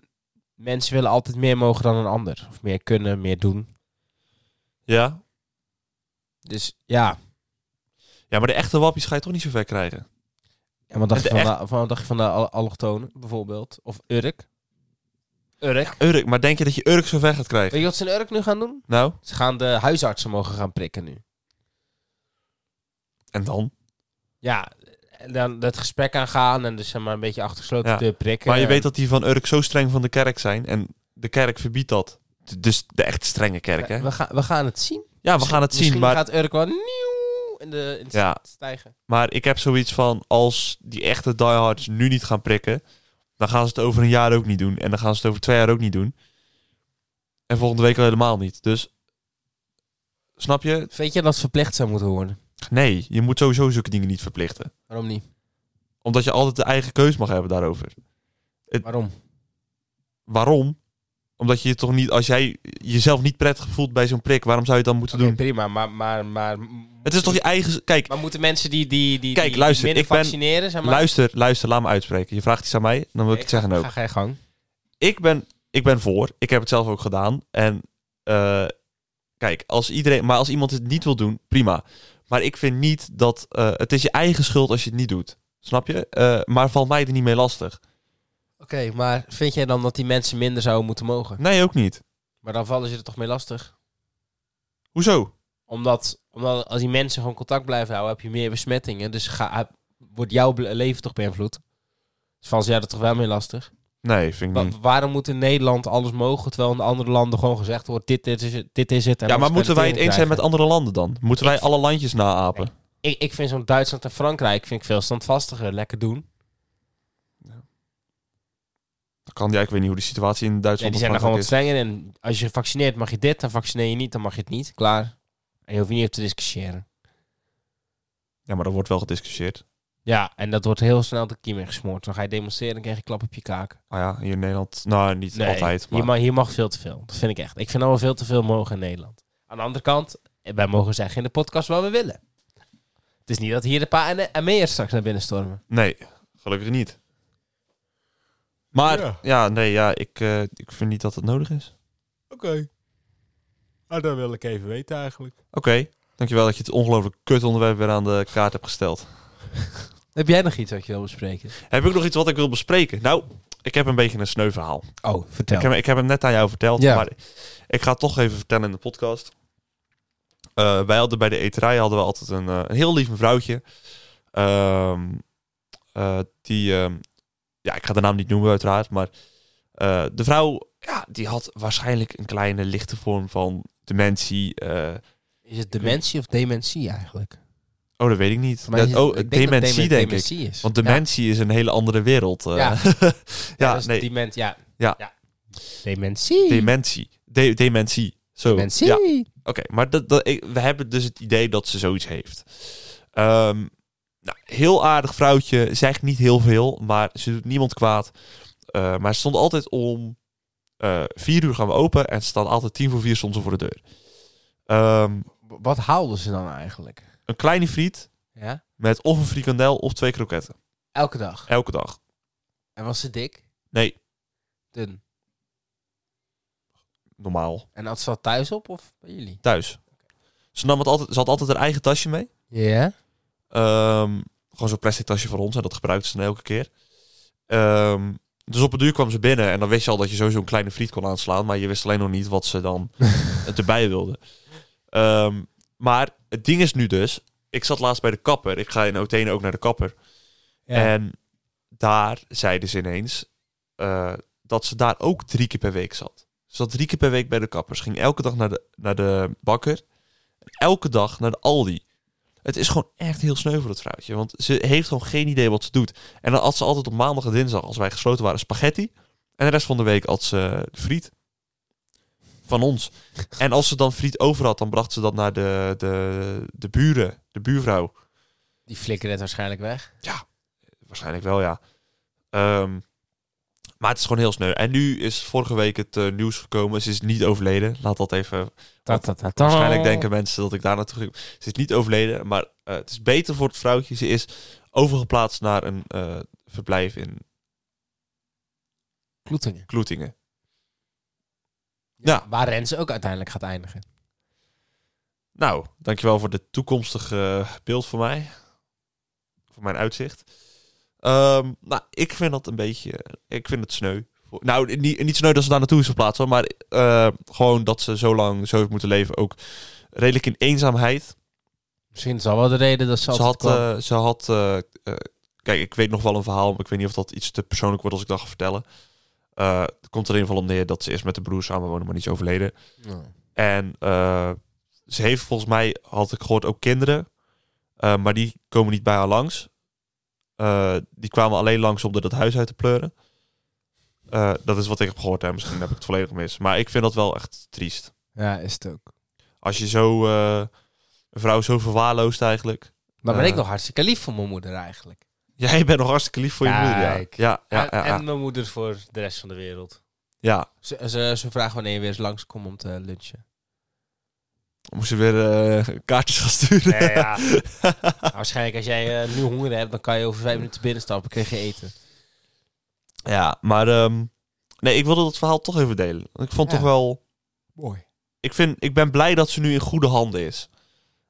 [SPEAKER 1] mensen willen altijd meer mogen dan een ander. Of meer kunnen, meer doen.
[SPEAKER 2] Ja.
[SPEAKER 1] Dus ja,
[SPEAKER 2] Ja, maar de echte wappies ga je toch niet zo ver krijgen.
[SPEAKER 1] en wat dacht, je
[SPEAKER 2] En
[SPEAKER 1] van,
[SPEAKER 2] de
[SPEAKER 1] de, van, wat dacht je van de al- allochtonen bijvoorbeeld? Of Urk? Urk?
[SPEAKER 2] Urk, maar denk je dat je Urk zo ver gaat krijgen?
[SPEAKER 1] Weet je wat ze in Urk nu gaan doen?
[SPEAKER 2] Nou,
[SPEAKER 1] Ze gaan de huisartsen mogen gaan prikken nu.
[SPEAKER 2] en dan?
[SPEAKER 1] Ja, en dan dat gesprek aangaan en dus zeg maar een beetje achter gesloten
[SPEAKER 2] Ja,
[SPEAKER 1] deur prikken.
[SPEAKER 2] Maar je
[SPEAKER 1] En-
[SPEAKER 2] weet dat die van Urk zo streng van de kerk zijn. En de kerk verbiedt dat. D- Dus de echt strenge kerk, hè?
[SPEAKER 1] We, gaan, we gaan het zien.
[SPEAKER 2] Ja, we gaan het zien.
[SPEAKER 1] Misschien
[SPEAKER 2] Maar,
[SPEAKER 1] gaat Urk wel nieuw in de in het
[SPEAKER 2] Ja.
[SPEAKER 1] stijgen.
[SPEAKER 2] maar ik heb zoiets van... Als die echte diehards nu niet gaan prikken... Dan gaan ze het over een jaar ook niet doen. En dan gaan ze het over twee jaar ook niet doen. En volgende week al helemaal niet. Dus... Snap je?
[SPEAKER 1] Weet je dat het verplicht zou moeten worden?
[SPEAKER 2] Nee, je moet sowieso zulke dingen niet verplichten.
[SPEAKER 1] Waarom niet?
[SPEAKER 2] Omdat je altijd de eigen keus mag hebben daarover.
[SPEAKER 1] Waarom?
[SPEAKER 2] Waarom? Omdat je je toch niet, als jij jezelf niet prettig voelt bij zo'n prik, waarom zou je het dan moeten
[SPEAKER 1] Oké,
[SPEAKER 2] doen?
[SPEAKER 1] prima, maar, maar, maar...
[SPEAKER 2] Het is toch je eigen. Kijk,
[SPEAKER 1] Maar moeten mensen die, die, die,
[SPEAKER 2] Kijk,
[SPEAKER 1] die
[SPEAKER 2] luister,
[SPEAKER 1] minder
[SPEAKER 2] ik ben-
[SPEAKER 1] vaccineren, zeg maar...
[SPEAKER 2] luister, luister, laat me uitspreken. Je vraagt iets aan mij, dan wil ik het zeggen ook.
[SPEAKER 1] Ga geen gang.
[SPEAKER 2] ik ben, ik ben voor. Ik heb het zelf ook gedaan. En eh, kijk, als iedereen, maar als iemand het niet wil doen, prima. Maar ik vind niet dat eh, het is je eigen schuld als je het niet doet. Snap je? Eh, maar valt mij er niet mee lastig.
[SPEAKER 1] Oké, maar vind jij dan dat die mensen minder zouden moeten mogen?
[SPEAKER 2] Nee, ook niet.
[SPEAKER 1] Maar dan vallen ze er toch mee lastig?
[SPEAKER 2] Hoezo?
[SPEAKER 1] Omdat, omdat als die mensen gewoon contact blijven houden, heb je meer besmettingen. Dus ga, wordt jouw ble- leven toch beïnvloed? Dus vallen ze jou er toch wel mee lastig?
[SPEAKER 2] Nee, vind ik
[SPEAKER 1] Wa-
[SPEAKER 2] niet.
[SPEAKER 1] waarom moet in Nederland alles mogen, terwijl in andere landen gewoon gezegd wordt, dit, dit, is, het- dit is het. en
[SPEAKER 2] Ja, maar
[SPEAKER 1] anders
[SPEAKER 2] moeten wij het
[SPEAKER 1] kan je
[SPEAKER 2] eens zijn
[SPEAKER 1] tering
[SPEAKER 2] met andere landen dan? Moeten wij alle landjes naapen?
[SPEAKER 1] krijgen. Ik, ik vind zo'n Duitsland en Frankrijk vind ik veel standvastiger. Lekker doen.
[SPEAKER 2] Dat kan ja, ik weet niet hoe de situatie in
[SPEAKER 1] Ja,
[SPEAKER 2] Duitsland
[SPEAKER 1] die
[SPEAKER 2] of
[SPEAKER 1] zijn er gewoon wat
[SPEAKER 2] Frankrijk
[SPEAKER 1] strenger en Als je vaccineert mag je dit, en vaccineer je niet, dan mag je het niet. Klaar. En je hoeft niet op te discussiëren.
[SPEAKER 2] is. Ja, maar er wordt wel gediscussieerd.
[SPEAKER 1] Ja, en dat wordt heel snel de kiem in gesmoord. Dan ga je demonstreren en krijg je klap op je kaak.
[SPEAKER 2] Ah ja, hier in Nederland. Nou, niet
[SPEAKER 1] Nee,
[SPEAKER 2] altijd. Maar...
[SPEAKER 1] Hier, mag, hier mag veel te veel. Dat vind ik echt. Ik vind al wel veel te veel mogen in Nederland. Aan de andere kant, eh, wij mogen zeggen in de podcast wat we willen. Het is niet dat hier een paar en- en meer straks naar binnen stormen.
[SPEAKER 2] Nee, gelukkig niet. Maar ja,
[SPEAKER 3] Ja.
[SPEAKER 2] nee, ja, ik, eh, ik vind niet dat het nodig is.
[SPEAKER 3] Oké. Nou, dat wil ik even weten eigenlijk.
[SPEAKER 2] Oké, dankjewel dat je het ongelooflijk kut onderwerp weer aan de kaart hebt gesteld.
[SPEAKER 1] Heb jij nog iets wat je wil bespreken?
[SPEAKER 2] Heb ik nog iets wat ik wil bespreken? Nou, ik heb een beetje een sneu verhaal.
[SPEAKER 1] Oh, vertel.
[SPEAKER 2] Ik, heb, ik heb hem net aan jou verteld,
[SPEAKER 1] Ja.
[SPEAKER 2] maar ik ga het toch even vertellen in de podcast. Eh, wij hadden bij de eterij hadden we altijd een, eh, een heel lief mevrouwtje. Ehm, eh, die, ehm, ja, ik ga de naam niet noemen uiteraard, maar eh, de vrouw, ja, die had waarschijnlijk een kleine lichte vorm van dementie. eh,
[SPEAKER 1] Is het dementie of dementie eigenlijk?
[SPEAKER 2] oh, dat weet ik niet.
[SPEAKER 1] Voor mij is
[SPEAKER 2] Dat-
[SPEAKER 1] het-
[SPEAKER 2] oh,
[SPEAKER 1] ik denk dat
[SPEAKER 2] dementie
[SPEAKER 1] demen-
[SPEAKER 2] denk ik.
[SPEAKER 1] dementie Is.
[SPEAKER 2] Want dementie is een hele andere wereld. eh.
[SPEAKER 1] Ja.
[SPEAKER 2] (laughs) ja,
[SPEAKER 1] Ja, ja, dus
[SPEAKER 2] nee.
[SPEAKER 1] dement- ja.
[SPEAKER 2] Ja.
[SPEAKER 1] Dementie.
[SPEAKER 2] Dementie. De- dementie. Zo.
[SPEAKER 1] dementie.
[SPEAKER 2] Ja, Oké, maar dat, dat, ik- we hebben dus het idee dat ze zoiets heeft. Ehm, nou, heel aardig vrouwtje. Zegt niet heel veel, maar ze doet niemand kwaad. Eh, maar ze stond altijd om eh, vier uur gaan we open. En ze staat altijd tien voor vier stond ze voor de deur. Ehm,
[SPEAKER 1] W- Wat haalden ze dan eigenlijk?
[SPEAKER 2] een kleine friet
[SPEAKER 1] Ja?
[SPEAKER 2] met of een frikandel of twee kroketten.
[SPEAKER 1] Elke dag.
[SPEAKER 2] Elke dag.
[SPEAKER 1] En was ze dik?
[SPEAKER 2] Nee,
[SPEAKER 1] Dun.
[SPEAKER 2] normaal.
[SPEAKER 1] En had ze dat thuis op of bij jullie?
[SPEAKER 2] Thuis. Ze, nam het altijd, ze had altijd haar eigen tasje mee.
[SPEAKER 1] Ja.
[SPEAKER 2] Ehm, gewoon zo'n plastic tasje voor ons. En dat gebruikte ze dan elke keer. Ehm, dus op het duur kwam ze binnen. En dan wist je al dat je sowieso een kleine friet kon aanslaan. Maar je wist alleen nog niet wat ze dan erbij wilde. Ehm, maar het ding is nu dus... Ik zat laatst bij de kapper. Ik ga in Othene ook naar de kapper. En daar zeiden ze ineens... eh, dat ze daar ook drie keer per week zat. Ze zat drie keer per week bij de kappers. Ging elke dag naar de, naar de bakker. Elke dag naar de Aldi. Het is gewoon echt heel sneu voor dat vrouwtje. Want ze heeft gewoon geen idee wat ze doet. En dan had ze altijd op maandag en dinsdag, als wij gesloten waren, spaghetti. En de rest van de week had ze friet. Van ons. En als ze dan friet over had, dan bracht ze dat naar de, de, de buren, de buurvrouw.
[SPEAKER 1] Die flikkeren het waarschijnlijk weg.
[SPEAKER 2] Waarschijnlijk wel, ja. Ehm, maar het is gewoon heel sneu. En nu is vorige week het eh, nieuws gekomen. Ze is niet overleden. Laat dat even
[SPEAKER 1] Ta, ta, ta, ta.
[SPEAKER 2] Waarschijnlijk denken mensen dat ik daar naartoe ging. Ze is niet overleden, maar eh, het is beter voor het vrouwtje. Ze is overgeplaatst naar een eh, verblijf in
[SPEAKER 1] Kloetingen.
[SPEAKER 2] Kloetingen. Ja.
[SPEAKER 1] Waar Rens ook uiteindelijk gaat eindigen.
[SPEAKER 2] Nou, dankjewel voor dit toekomstige eh, beeld voor mij. Voor mijn uitzicht. Ehm, nou, ik vind dat een beetje... Ik vind het sneu. Voor- Nou, niet, niet sneu dat ze daar naartoe is verplaatst, hoor, maar eh, gewoon dat ze zo lang zo heeft moeten leven. Ook redelijk in eenzaamheid.
[SPEAKER 1] Misschien is dat wel de reden dat ze,
[SPEAKER 2] Ze
[SPEAKER 1] altijd
[SPEAKER 2] had,
[SPEAKER 1] kwam.
[SPEAKER 2] eh, ze had eh, eh, kijk, ik weet nog wel een verhaal, maar ik weet niet of dat iets te persoonlijk wordt als ik dat ga vertellen. Eh, het komt er in ieder geval om neer dat ze eerst met de broer samen woonde, maar niet is overleden.
[SPEAKER 1] Ja.
[SPEAKER 2] En eh, ze heeft volgens mij, had ik gehoord, ook kinderen. Eh, maar die komen niet bij haar langs. Eh, die kwamen alleen langs om er dat huis uit te pleuren. Eh, dat is wat ik heb gehoord. Hè. Misschien heb ik het volledig mis. Maar ik vind dat wel echt triest.
[SPEAKER 1] ja, is het ook.
[SPEAKER 2] Als je zo eh, een vrouw zo verwaarloost eigenlijk. (laughs)
[SPEAKER 1] Maar ben
[SPEAKER 2] Eh.
[SPEAKER 1] ik nog hartstikke lief voor mijn moeder eigenlijk.
[SPEAKER 2] Jij bent nog hartstikke lief voor je moeder. Ja,
[SPEAKER 1] Kijk.
[SPEAKER 2] ja, ja,
[SPEAKER 1] en,
[SPEAKER 2] ja, ja.
[SPEAKER 1] en mijn moeder voor de rest van de wereld.
[SPEAKER 2] Ja,
[SPEAKER 1] Ze, ze, ze vragen wanneer je weer eens langskomt om te lunchen.
[SPEAKER 2] dan moesten we weer eh, kaartjes gaan sturen.
[SPEAKER 1] Nee, (laughs) ja. Nou, waarschijnlijk als jij eh, nu honger hebt, dan kan je over vijf minuten binnenstappen. Krijg je eten.
[SPEAKER 2] (laughs) Ja, maar ehm, nee, ik wilde dat verhaal toch even delen. Want Ik vond
[SPEAKER 1] Ja.
[SPEAKER 2] toch wel.
[SPEAKER 1] Mooi.
[SPEAKER 2] Ik, vind, ik ben blij dat ze nu in goede handen is.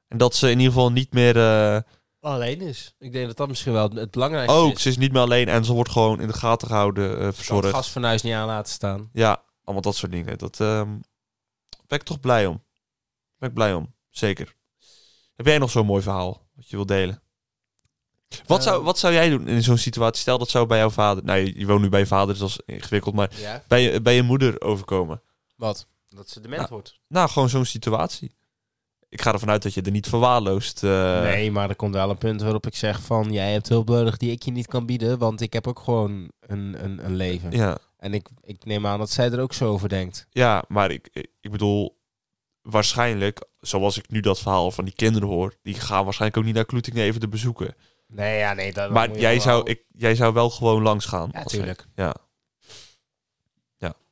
[SPEAKER 2] En dat ze in ieder geval niet meer. eh,
[SPEAKER 1] Alleen dus. is. Ik denk dat dat misschien wel het- het belangrijkste
[SPEAKER 2] ook,
[SPEAKER 1] is.
[SPEAKER 2] ze is niet meer alleen en ze wordt gewoon in de gaten gehouden, eh,
[SPEAKER 1] Kan het
[SPEAKER 2] verzorgd.
[SPEAKER 1] gasfornuis niet aan laten staan.
[SPEAKER 2] Ja, allemaal dat soort dingen. Dat ehm, ben ik toch blij om. Ben ik blij om, zeker. Heb jij nog zo'n mooi verhaal wat je wilt delen? Wat,
[SPEAKER 1] Eh.
[SPEAKER 2] zou, wat zou jij doen in zo'n situatie? Stel dat zou bij jouw vader... Nou, je, je woont nu bij je vader, dus dat is ingewikkeld. Maar
[SPEAKER 1] Ja.
[SPEAKER 2] bij je, bij je moeder overkomen.
[SPEAKER 1] Wat? Dat ze dement
[SPEAKER 2] Ja.
[SPEAKER 1] wordt.
[SPEAKER 2] Nou, gewoon zo'n situatie. Ik ga ervan uit dat je er niet verwaarloost. eh,
[SPEAKER 1] nee, maar er komt wel een punt waarop ik zeg van... Jij hebt hulp nodig die ik je niet kan bieden. Want ik heb ook gewoon een, een, een leven.
[SPEAKER 2] Ja,
[SPEAKER 1] En ik, ik neem aan dat zij er ook zo over denkt.
[SPEAKER 2] ja maar ik, ik ik bedoel... Waarschijnlijk, zoals ik nu dat verhaal van die kinderen hoor... die gaan waarschijnlijk ook niet naar Kloetingen even te bezoeken.
[SPEAKER 1] Nee, ja, nee. Dat,
[SPEAKER 2] Maar jij zou, ik, jij zou wel gewoon langs gaan.
[SPEAKER 1] Ja,
[SPEAKER 2] als
[SPEAKER 1] tuurlijk.
[SPEAKER 2] ik- Ja.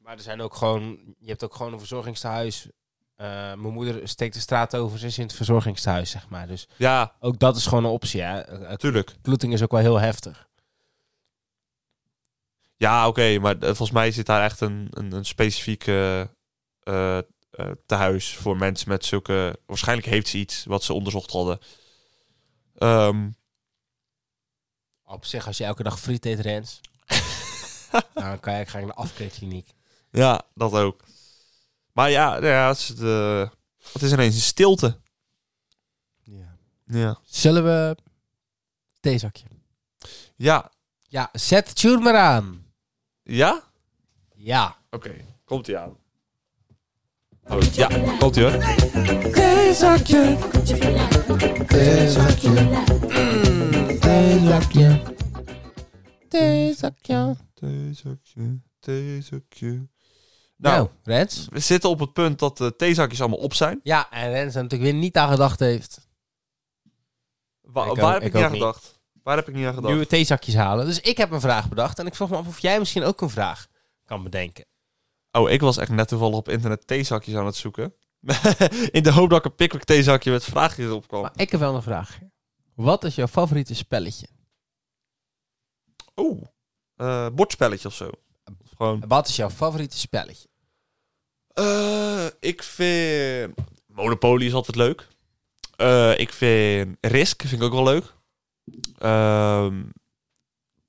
[SPEAKER 1] Maar er zijn ook gewoon... Je hebt ook gewoon een verzorgingstehuis. Eh, mijn moeder steekt de straat over. Ze is in het verzorgingstehuis, zeg maar. Dus
[SPEAKER 2] ja,
[SPEAKER 1] ook dat is gewoon een optie, hè. Eh,
[SPEAKER 2] tuurlijk.
[SPEAKER 1] Kloeting is ook wel heel heftig.
[SPEAKER 2] Ja, oké, maar eh, volgens mij zit daar echt een, een, een specifieke eh, eh, tehuis voor mensen met zulke... Waarschijnlijk heeft ze iets wat ze onderzocht hadden. Ehm, (laughs)
[SPEAKER 1] Op zich, als je elke dag friet eet, Rens... dan kan je, ga je naar de afkeerkliniek.
[SPEAKER 2] ja, dat ook. Maar ja, nou ja het, is de, het is ineens een stilte.
[SPEAKER 1] Ja.
[SPEAKER 2] Ja,
[SPEAKER 1] Zullen we... Theezakje.
[SPEAKER 2] ja.
[SPEAKER 1] Ja, zet de tune maar aan.
[SPEAKER 2] ja?
[SPEAKER 1] Ja.
[SPEAKER 2] Oké, komt ie aan. Oh, ja, komt ie hoor.
[SPEAKER 4] theezakje. Theezakje. Theezakje. Theezakje.
[SPEAKER 2] Theezakje, theezakje.
[SPEAKER 1] Nou,
[SPEAKER 2] nou,
[SPEAKER 1] Rens.
[SPEAKER 2] We zitten op het punt dat de theezakjes allemaal op zijn.
[SPEAKER 1] Ja, en Rens er natuurlijk weer niet aan gedacht heeft.
[SPEAKER 2] Wa-
[SPEAKER 1] Ik ook-
[SPEAKER 2] waar heb
[SPEAKER 1] ik
[SPEAKER 2] ik, niet
[SPEAKER 1] ook
[SPEAKER 2] aan
[SPEAKER 1] niet.
[SPEAKER 2] gedacht? Waar heb ik niet aan gedacht?
[SPEAKER 1] Nieuwe theezakjes halen. Dus ik heb een vraag bedacht. En ik vroeg me af of jij misschien ook een vraag kan bedenken.
[SPEAKER 2] Oh, ik was echt net toevallig op internet theezakjes aan het zoeken. (laughs) In de hoop dat ik een pickwick theezakje met vraagjes op kwam.
[SPEAKER 1] Maar ik heb wel een vraag. Wat is jouw favoriete spelletje?
[SPEAKER 2] Oeh, eh, bordspelletje of zo. Of Gewoon.
[SPEAKER 1] Wat is jouw favoriete spelletje?
[SPEAKER 2] Eh, ik vind... Monopoly is altijd leuk. Eh, ik vind Risk vind ik ook wel leuk. Ehm,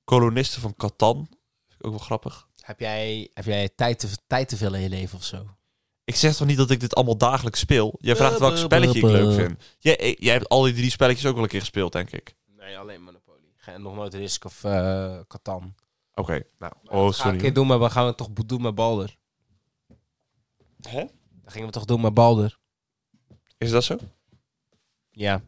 [SPEAKER 2] kolonisten van Catan vind ik ook wel grappig.
[SPEAKER 1] Heb jij, heb jij tijd, te, tijd te veel in je leven of zo?
[SPEAKER 2] Ik zeg toch niet dat ik dit allemaal dagelijks speel? Jij vraagt welk
[SPEAKER 1] Buh,
[SPEAKER 2] spelletje ik
[SPEAKER 1] buh,
[SPEAKER 2] leuk
[SPEAKER 1] buh.
[SPEAKER 2] vind. Jij, eh, jij hebt al die drie spelletjes ook wel een keer gespeeld, denk ik.
[SPEAKER 1] Nee, alleen Monopoly. En nog nooit Risk of eh Catan.
[SPEAKER 2] Oké, nou. Oh,
[SPEAKER 1] Ga een
[SPEAKER 2] sorry.
[SPEAKER 1] keer doen, maar we gaan het toch doen met Balder.
[SPEAKER 2] Hè?
[SPEAKER 1] Dan gingen we toch doen met Balder.
[SPEAKER 2] Is dat zo? Oké.
[SPEAKER 1] Ja.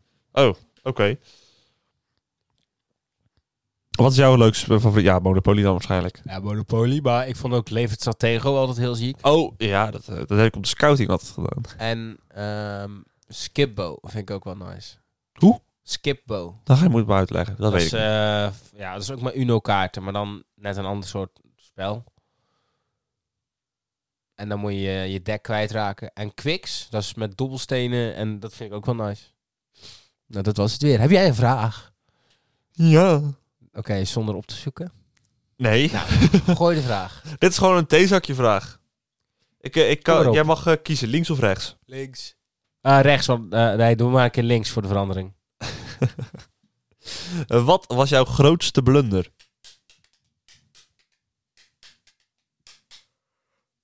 [SPEAKER 2] Wat is jouw leukste favoriet? Ja, Monopoly dan waarschijnlijk.
[SPEAKER 1] Ja, Monopoly, maar ik vond ook Levert Stratego altijd heel ziek.
[SPEAKER 2] Oh, ja, dat, eh, dat heb ik op de scouting altijd gedaan.
[SPEAKER 1] En ehm Skipbo vind ik ook wel nice.
[SPEAKER 2] Hoe?
[SPEAKER 1] Skipbo.
[SPEAKER 2] Dan ga je moet maar uitleggen. Dat,
[SPEAKER 1] Dat
[SPEAKER 2] weet
[SPEAKER 1] is,
[SPEAKER 2] ik. niet.
[SPEAKER 1] eh, f- ja, dat is ook maar Uno-kaarten, maar dan net een ander soort spel. En dan moet je eh, je deck kwijtraken. En Quicks, dat is met dobbelstenen en dat vind ik ook wel nice. Nou, dat was het weer. Heb jij een vraag?
[SPEAKER 2] Ja.
[SPEAKER 1] Oké, zonder op te zoeken.
[SPEAKER 2] Nee,
[SPEAKER 1] Gooi de vraag.
[SPEAKER 2] (laughs) dit is gewoon een theezakje vraag. Ik, eh, ik
[SPEAKER 1] Kom maar
[SPEAKER 2] kan,
[SPEAKER 1] op.
[SPEAKER 2] jij mag eh, kiezen, links of rechts. (laughs)
[SPEAKER 1] Links. Ah rechts, want eh, nee, doe maar een keer links voor de verandering.
[SPEAKER 2] Eh, wat was jouw grootste blunder?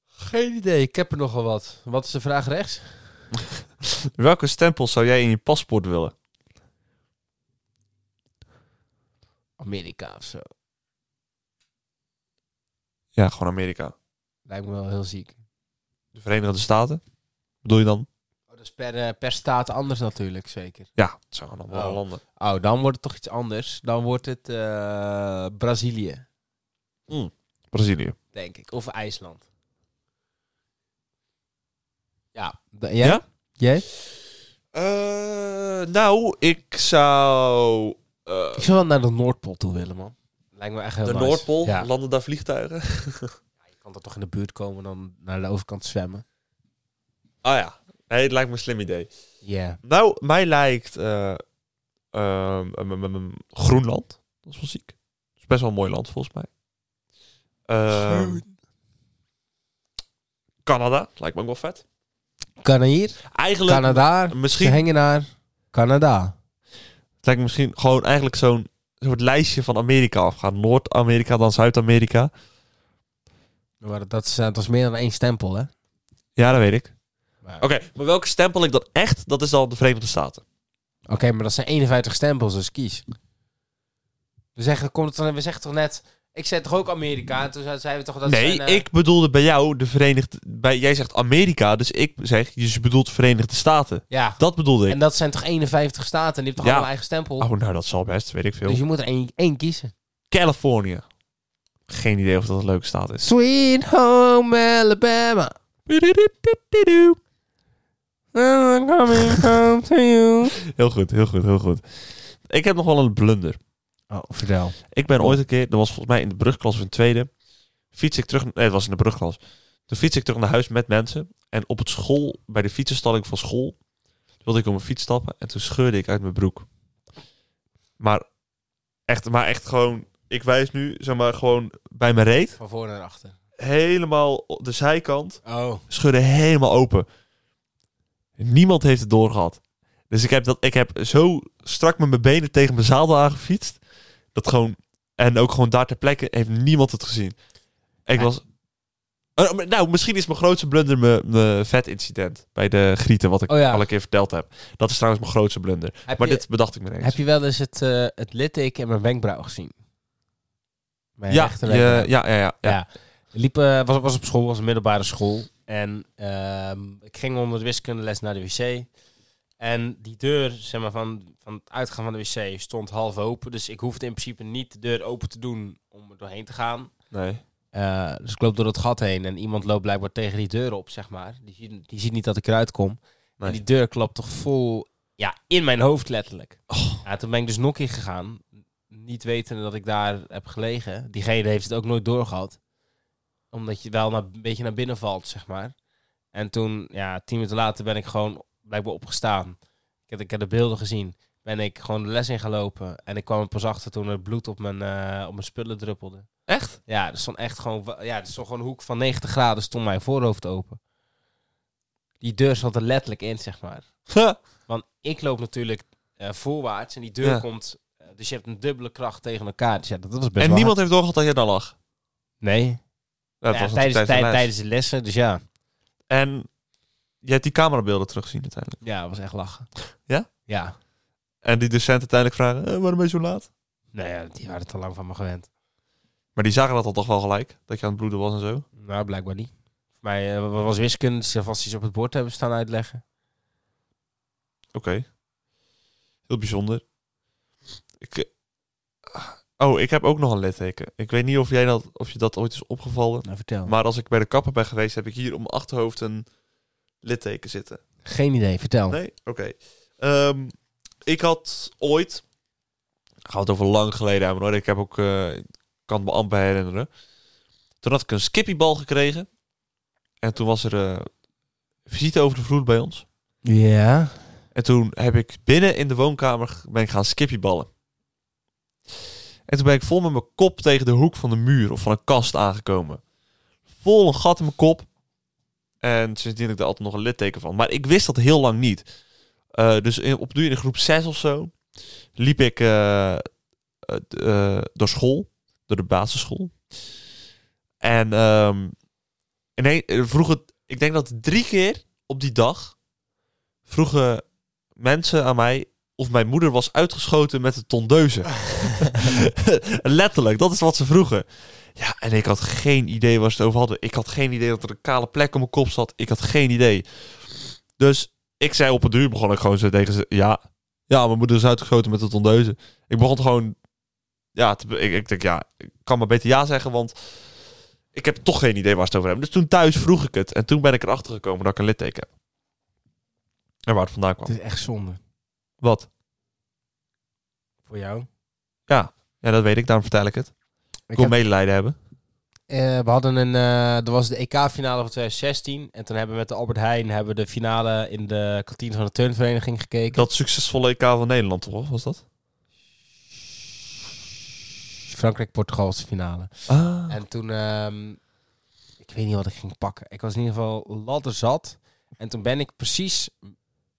[SPEAKER 1] Geen idee, ik heb er nogal wat. Wat is de vraag rechts?
[SPEAKER 2] Welke stempel zou jij in je paspoort willen?
[SPEAKER 1] Amerika of zo.
[SPEAKER 2] Ja, gewoon Amerika.
[SPEAKER 1] Lijkt me wel heel ziek.
[SPEAKER 2] De Verenigde Staten? Bedoel je dan?
[SPEAKER 1] Oh, dat is per, eh, per staat anders natuurlijk, zeker.
[SPEAKER 2] Ja, het zijn allemaal
[SPEAKER 1] Oh.
[SPEAKER 2] landen.
[SPEAKER 1] Oh, dan wordt het toch iets anders. Dan wordt het eh, Brazilië,
[SPEAKER 2] Brazilië.
[SPEAKER 1] denk ik. Of IJsland. Ja. d- jij?
[SPEAKER 2] Ja?
[SPEAKER 1] Jij?
[SPEAKER 2] nou, ik zou... eh,
[SPEAKER 1] Ik zou wel naar de Noordpool toe willen, man. Lijkt me echt heel
[SPEAKER 2] de
[SPEAKER 1] nice.
[SPEAKER 2] Noordpool,
[SPEAKER 1] Ja.
[SPEAKER 2] landen daar vliegtuigen? (laughs)
[SPEAKER 1] Ja, je kan dat toch in de buurt komen dan naar de overkant zwemmen?
[SPEAKER 2] Oh ja, nee, het lijkt me een slim idee.
[SPEAKER 1] Ja.
[SPEAKER 2] Nou, mij lijkt eh, ehm, ehm, ehm, ehm, Groenland. Dat is wel ziek. Dat is best wel een mooi land volgens mij.
[SPEAKER 1] Eh,
[SPEAKER 2] Ehm, Canada, lijkt me ook wel vet.
[SPEAKER 1] Canadier,
[SPEAKER 2] Eigenlijk,
[SPEAKER 1] Canada,
[SPEAKER 2] misschien,
[SPEAKER 1] ze hangen naar Canada.
[SPEAKER 2] het lijkt me misschien gewoon eigenlijk zo'n soort lijstje van Amerika afgaan. Noord-Amerika, dan Zuid-Amerika.
[SPEAKER 1] Maar dat is, eh, dat is meer dan één stempel, hè?
[SPEAKER 2] Ja, dat weet ik.
[SPEAKER 1] Maar-
[SPEAKER 2] Oké, maar welke stempel ik dan echt? Dat is dan de Verenigde Staten.
[SPEAKER 1] Oké, maar dat zijn 51 stempels, dus kies. We zeggen, komt het dan, we zeggen toch net... Ik zei toch ook Amerika? En Toen zeiden we toch dat
[SPEAKER 2] nee,
[SPEAKER 1] zijn, eh,
[SPEAKER 2] ik bedoelde bij jou de Verenigde... Bij, jij zegt Amerika, dus ik zeg... Je bedoelt Verenigde Staten.
[SPEAKER 1] Ja,
[SPEAKER 2] Dat bedoelde ik.
[SPEAKER 1] en dat zijn toch 51 staten? En die hebben toch
[SPEAKER 2] Ja.
[SPEAKER 1] allemaal eigen stempel?
[SPEAKER 2] Oh, nou dat zal best, weet ik veel.
[SPEAKER 1] dus je moet er één, één kiezen.
[SPEAKER 2] Californië. Geen idee of dat een leuke staat is.
[SPEAKER 1] Sweet home Alabama. I'm coming home to you.
[SPEAKER 2] Heel goed, heel goed, heel goed. Ik heb nog wel een blunder.
[SPEAKER 1] Oh, vertel.
[SPEAKER 2] Ik ben ooit een keer, dat was volgens mij in de brugklas of in de tweede, fiets ik terug, nee, het was in de brugklas. Toen fiets ik terug naar huis met mensen en op het school, bij de fietsenstalling van school, wilde ik op mijn fiets stappen en toen scheurde ik uit mijn broek. Maar echt, maar echt gewoon, ik wijs nu, zeg maar, gewoon bij mijn reet,
[SPEAKER 1] Van voor naar achter.
[SPEAKER 2] helemaal op de zijkant
[SPEAKER 1] Oh.
[SPEAKER 2] schudde helemaal open. Niemand heeft het doorgehad. Dus ik heb, dat, ik heb zo strak met mijn benen tegen mijn zadel aangefietst. Dat gewoon, en ook gewoon daar ter plekke heeft niemand het gezien. Ik
[SPEAKER 1] Ja.
[SPEAKER 2] was. Eh, maar Nou, misschien is mijn grootste blunder mijn- mijn vet-incident bij de Grieten, wat ik
[SPEAKER 1] Oh ja.
[SPEAKER 2] al een keer verteld heb. Dat is trouwens mijn grootste blunder.
[SPEAKER 1] Heb,
[SPEAKER 2] maar
[SPEAKER 1] je,
[SPEAKER 2] dit bedacht ik me ineens.
[SPEAKER 1] heb je wel eens het, eh, het litteken in mijn wenkbrauw gezien? Mijn
[SPEAKER 2] ja, je,
[SPEAKER 1] rechterwenkbrauw.
[SPEAKER 2] ja, ja, ja, ja.
[SPEAKER 1] Ja. liep, eh, was, was op school, was een middelbare school. En ehm, ik ging onder de wiskundeles naar de wc. En die deur, zeg maar, van, van het uitgaan van de wc stond half open. Dus ik hoefde in principe niet de deur open te doen om er doorheen te gaan.
[SPEAKER 2] Nee.
[SPEAKER 1] Eh, dus ik loop door dat gat heen en iemand loopt blijkbaar tegen die deur op, zeg maar. Die, ziet- die ziet niet dat ik eruit kom.
[SPEAKER 2] Nee.
[SPEAKER 1] En die deur klapt toch vol, ja, in mijn hoofd letterlijk. Ja, toen ben ik dus nog in gegaan, niet wetende dat ik daar heb gelegen. Diegene heeft het ook nooit doorgehad, omdat je wel naar, een beetje naar binnen valt, zeg maar. En toen, ja, tien minuten later ben ik gewoon blijkbaar opgestaan. Ik heb, ik heb de beelden gezien. Ben ik gewoon de les in gaan lopen. En ik kwam er pas achter toen het bloed op mijn, eh, op mijn spullen druppelde.
[SPEAKER 2] (laughs) Echt?
[SPEAKER 1] Ja, er stond echt gewoon, wa- ja, er stond gewoon een hoek van 90 graden stond mijn voorhoofd open. Die deur zat er letterlijk in, zeg maar. Want ik loop natuurlijk eh, voorwaarts en die deur
[SPEAKER 2] Ja.
[SPEAKER 1] komt. eh, dus je hebt een dubbele kracht tegen elkaar. Dus ja, dat was best
[SPEAKER 2] en
[SPEAKER 1] wel
[SPEAKER 2] niemand heeft doorgehad dat jij daar lag.
[SPEAKER 1] hard. Nee.
[SPEAKER 2] Nou, dat
[SPEAKER 1] Ja,
[SPEAKER 2] was
[SPEAKER 1] tijdens,
[SPEAKER 2] natuurlijk
[SPEAKER 1] tij-
[SPEAKER 2] tijdens de
[SPEAKER 1] tijdens
[SPEAKER 2] les.
[SPEAKER 1] de lessen, dus ja.
[SPEAKER 2] En je hebt die camerabeelden teruggezien uiteindelijk.
[SPEAKER 1] Ja, was echt lachen.
[SPEAKER 2] Ja?
[SPEAKER 1] Ja.
[SPEAKER 2] En die docenten uiteindelijk vragen, eh, waarom ben je zo laat?
[SPEAKER 1] Nou ja, die waren het al lang van me gewend.
[SPEAKER 2] Maar die zagen dat al toch wel gelijk, dat je aan het bloeden was en zo.
[SPEAKER 1] Nou, blijkbaar niet. Voor mij eh, wa- was wiskunde, ze vast iets op het bord hebben staan uitleggen.
[SPEAKER 2] Oké. Heel bijzonder. Ik, eh, oh, ik heb ook nog een litteken. Ik weet niet of, jij dat, of je dat ooit is opgevallen.
[SPEAKER 1] Nou, vertel.
[SPEAKER 2] Maar als ik bij de kapper ben geweest, heb ik hier om mijn achterhoofd een litteken zitten.
[SPEAKER 1] Geen idee, vertel.
[SPEAKER 2] Nee? Oké. Ehm, ik had ooit... Ik had het over lang geleden aan hoor. Ik heb ook... eh, ik kan het me amper herinneren. Toen had ik een skippiebal gekregen. En toen was er eh, visite over de vloer bij ons.
[SPEAKER 1] Ja.
[SPEAKER 2] En toen heb ik binnen in de woonkamer g- ben ik gaan skippieballen. En toen ben ik vol met mijn kop tegen de hoek van de muur of van een kast aangekomen. Vol een gat in mijn kop. En sindsdien heb ik daar altijd nog een litteken van. Maar ik wist dat heel lang niet. Eh, dus in, op nu in groep 6 of zo liep ik eh, eh, d- eh, door school, door de basisschool. En ehm ineen- eh, vroegen, ik denk dat drie keer op die dag vroegen mensen aan mij of mijn moeder was uitgeschoten met de tondeuze. Letterlijk, dat is wat ze vroegen. Ja, en ik had geen idee waar ze het over hadden. Ik had geen idee dat er een kale plek op mijn kop zat. Ik had geen idee. Dus ik zei op het duur begon ik gewoon zo tegen ze... Ja, ja mijn moeder is uitgeschoten met de tondeuze. Ik begon het gewoon... Ja, te- ik, ik denk ja, ik kan maar beter ja zeggen, want... Ik heb toch geen idee waar ze het over hebben. Dus toen thuis vroeg ik het. En toen ben ik erachter gekomen dat ik een litteken heb. En waar het vandaan kwam.
[SPEAKER 1] Het is echt zonde.
[SPEAKER 2] Wat?
[SPEAKER 1] Voor jou.
[SPEAKER 2] Ja, dat weet ik. Daarom vertel ik het. Ik wil
[SPEAKER 1] heb-
[SPEAKER 2] medelijden hebben.
[SPEAKER 1] eh, we hadden een, eh er was de EK-finale van 2016. En toen hebben we met de Albert Heijn hebben we de finale in de kantine van de turnvereniging gekeken.
[SPEAKER 2] Dat succesvolle EK van Nederland, toch? Was dat?
[SPEAKER 1] Frankrijk-Portugal was de finale.
[SPEAKER 2] Ah.
[SPEAKER 1] En toen, ehm, ik weet niet wat ik ging pakken. Ik was in ieder geval ladder zat. En toen ben ik precies,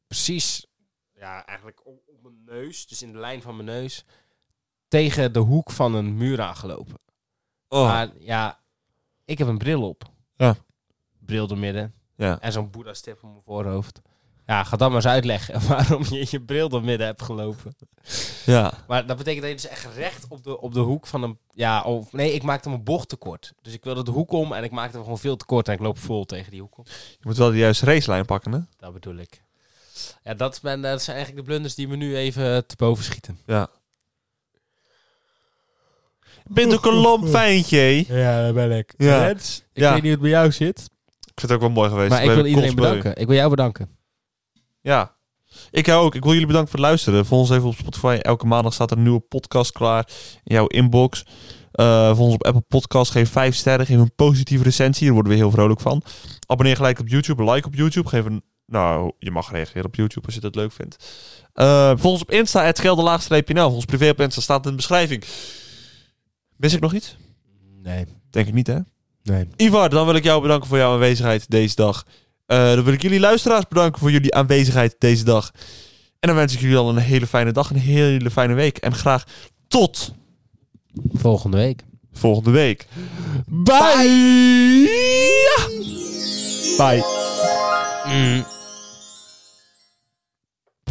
[SPEAKER 1] precies, ja, eigenlijk op, op mijn neus, dus in de lijn van mijn neus, tegen de hoek van een muur aangelopen.
[SPEAKER 2] Oh.
[SPEAKER 1] Maar ja, ik heb een bril op.
[SPEAKER 2] Ja.
[SPEAKER 1] Bril door midden.
[SPEAKER 2] Ja.
[SPEAKER 1] En zo'n Boeddha-stip op mijn voorhoofd. Ja, ga dan maar eens uitleggen (laughs) waarom je je bril door midden hebt gelopen.
[SPEAKER 2] ja.
[SPEAKER 1] Maar dat betekent dat je dus echt recht op de, op de hoek van een... Ja, of... Nee, ik maakte mijn bocht te kort. Dus ik wilde de hoek om en ik maakte hem gewoon veel te kort. En ik loop vol tegen die hoek op.
[SPEAKER 2] Je moet wel de juiste racelijn pakken, hè?
[SPEAKER 1] Dat bedoel ik. Ja, dat, is mijn, dat zijn eigenlijk de blunders die me nu even te boven schieten.
[SPEAKER 2] Ja. Bent ook een lamp fijntje.
[SPEAKER 1] Ja, dat ben ik.
[SPEAKER 2] Ja.
[SPEAKER 1] Rens, ik weet
[SPEAKER 2] Ja.
[SPEAKER 1] niet hoe het bij jou zit.
[SPEAKER 2] Ik vind het ook wel mooi geweest.
[SPEAKER 1] Maar ik
[SPEAKER 2] Bij
[SPEAKER 1] wil
[SPEAKER 2] de
[SPEAKER 1] iedereen
[SPEAKER 2] Conspel.
[SPEAKER 1] bedanken. Ik wil jou bedanken.
[SPEAKER 2] Ja. Ik jou ook. Ik wil jullie bedanken voor het luisteren. Volg ons even op Spotify. Elke maandag staat er een nieuwe podcast klaar in jouw inbox. Eh volg ons op Apple Podcast. Geef 5 sterren. Geef een positieve recensie. Daar worden we heel vrolijk van. Abonneer gelijk op YouTube. Like op YouTube. Geef een... Nou, je mag reageren op YouTube als je dat leuk vindt. Eh volg ons op Insta. Het gelderlaagstreepje.nl. Volg ons privé op Insta. Staat in de beschrijving. Mis ik nog iets?
[SPEAKER 1] Nee,
[SPEAKER 2] Denk ik niet, hè?
[SPEAKER 1] nee.
[SPEAKER 2] Ivar, dan wil ik jou bedanken voor jouw aanwezigheid deze dag. Eh, dan wil ik jullie luisteraars bedanken voor jullie aanwezigheid deze dag. En dan wens ik jullie al een hele fijne dag, een hele fijne week. En graag tot
[SPEAKER 1] Volgende week.
[SPEAKER 2] volgende week. Bye! Bye.
[SPEAKER 1] Mm.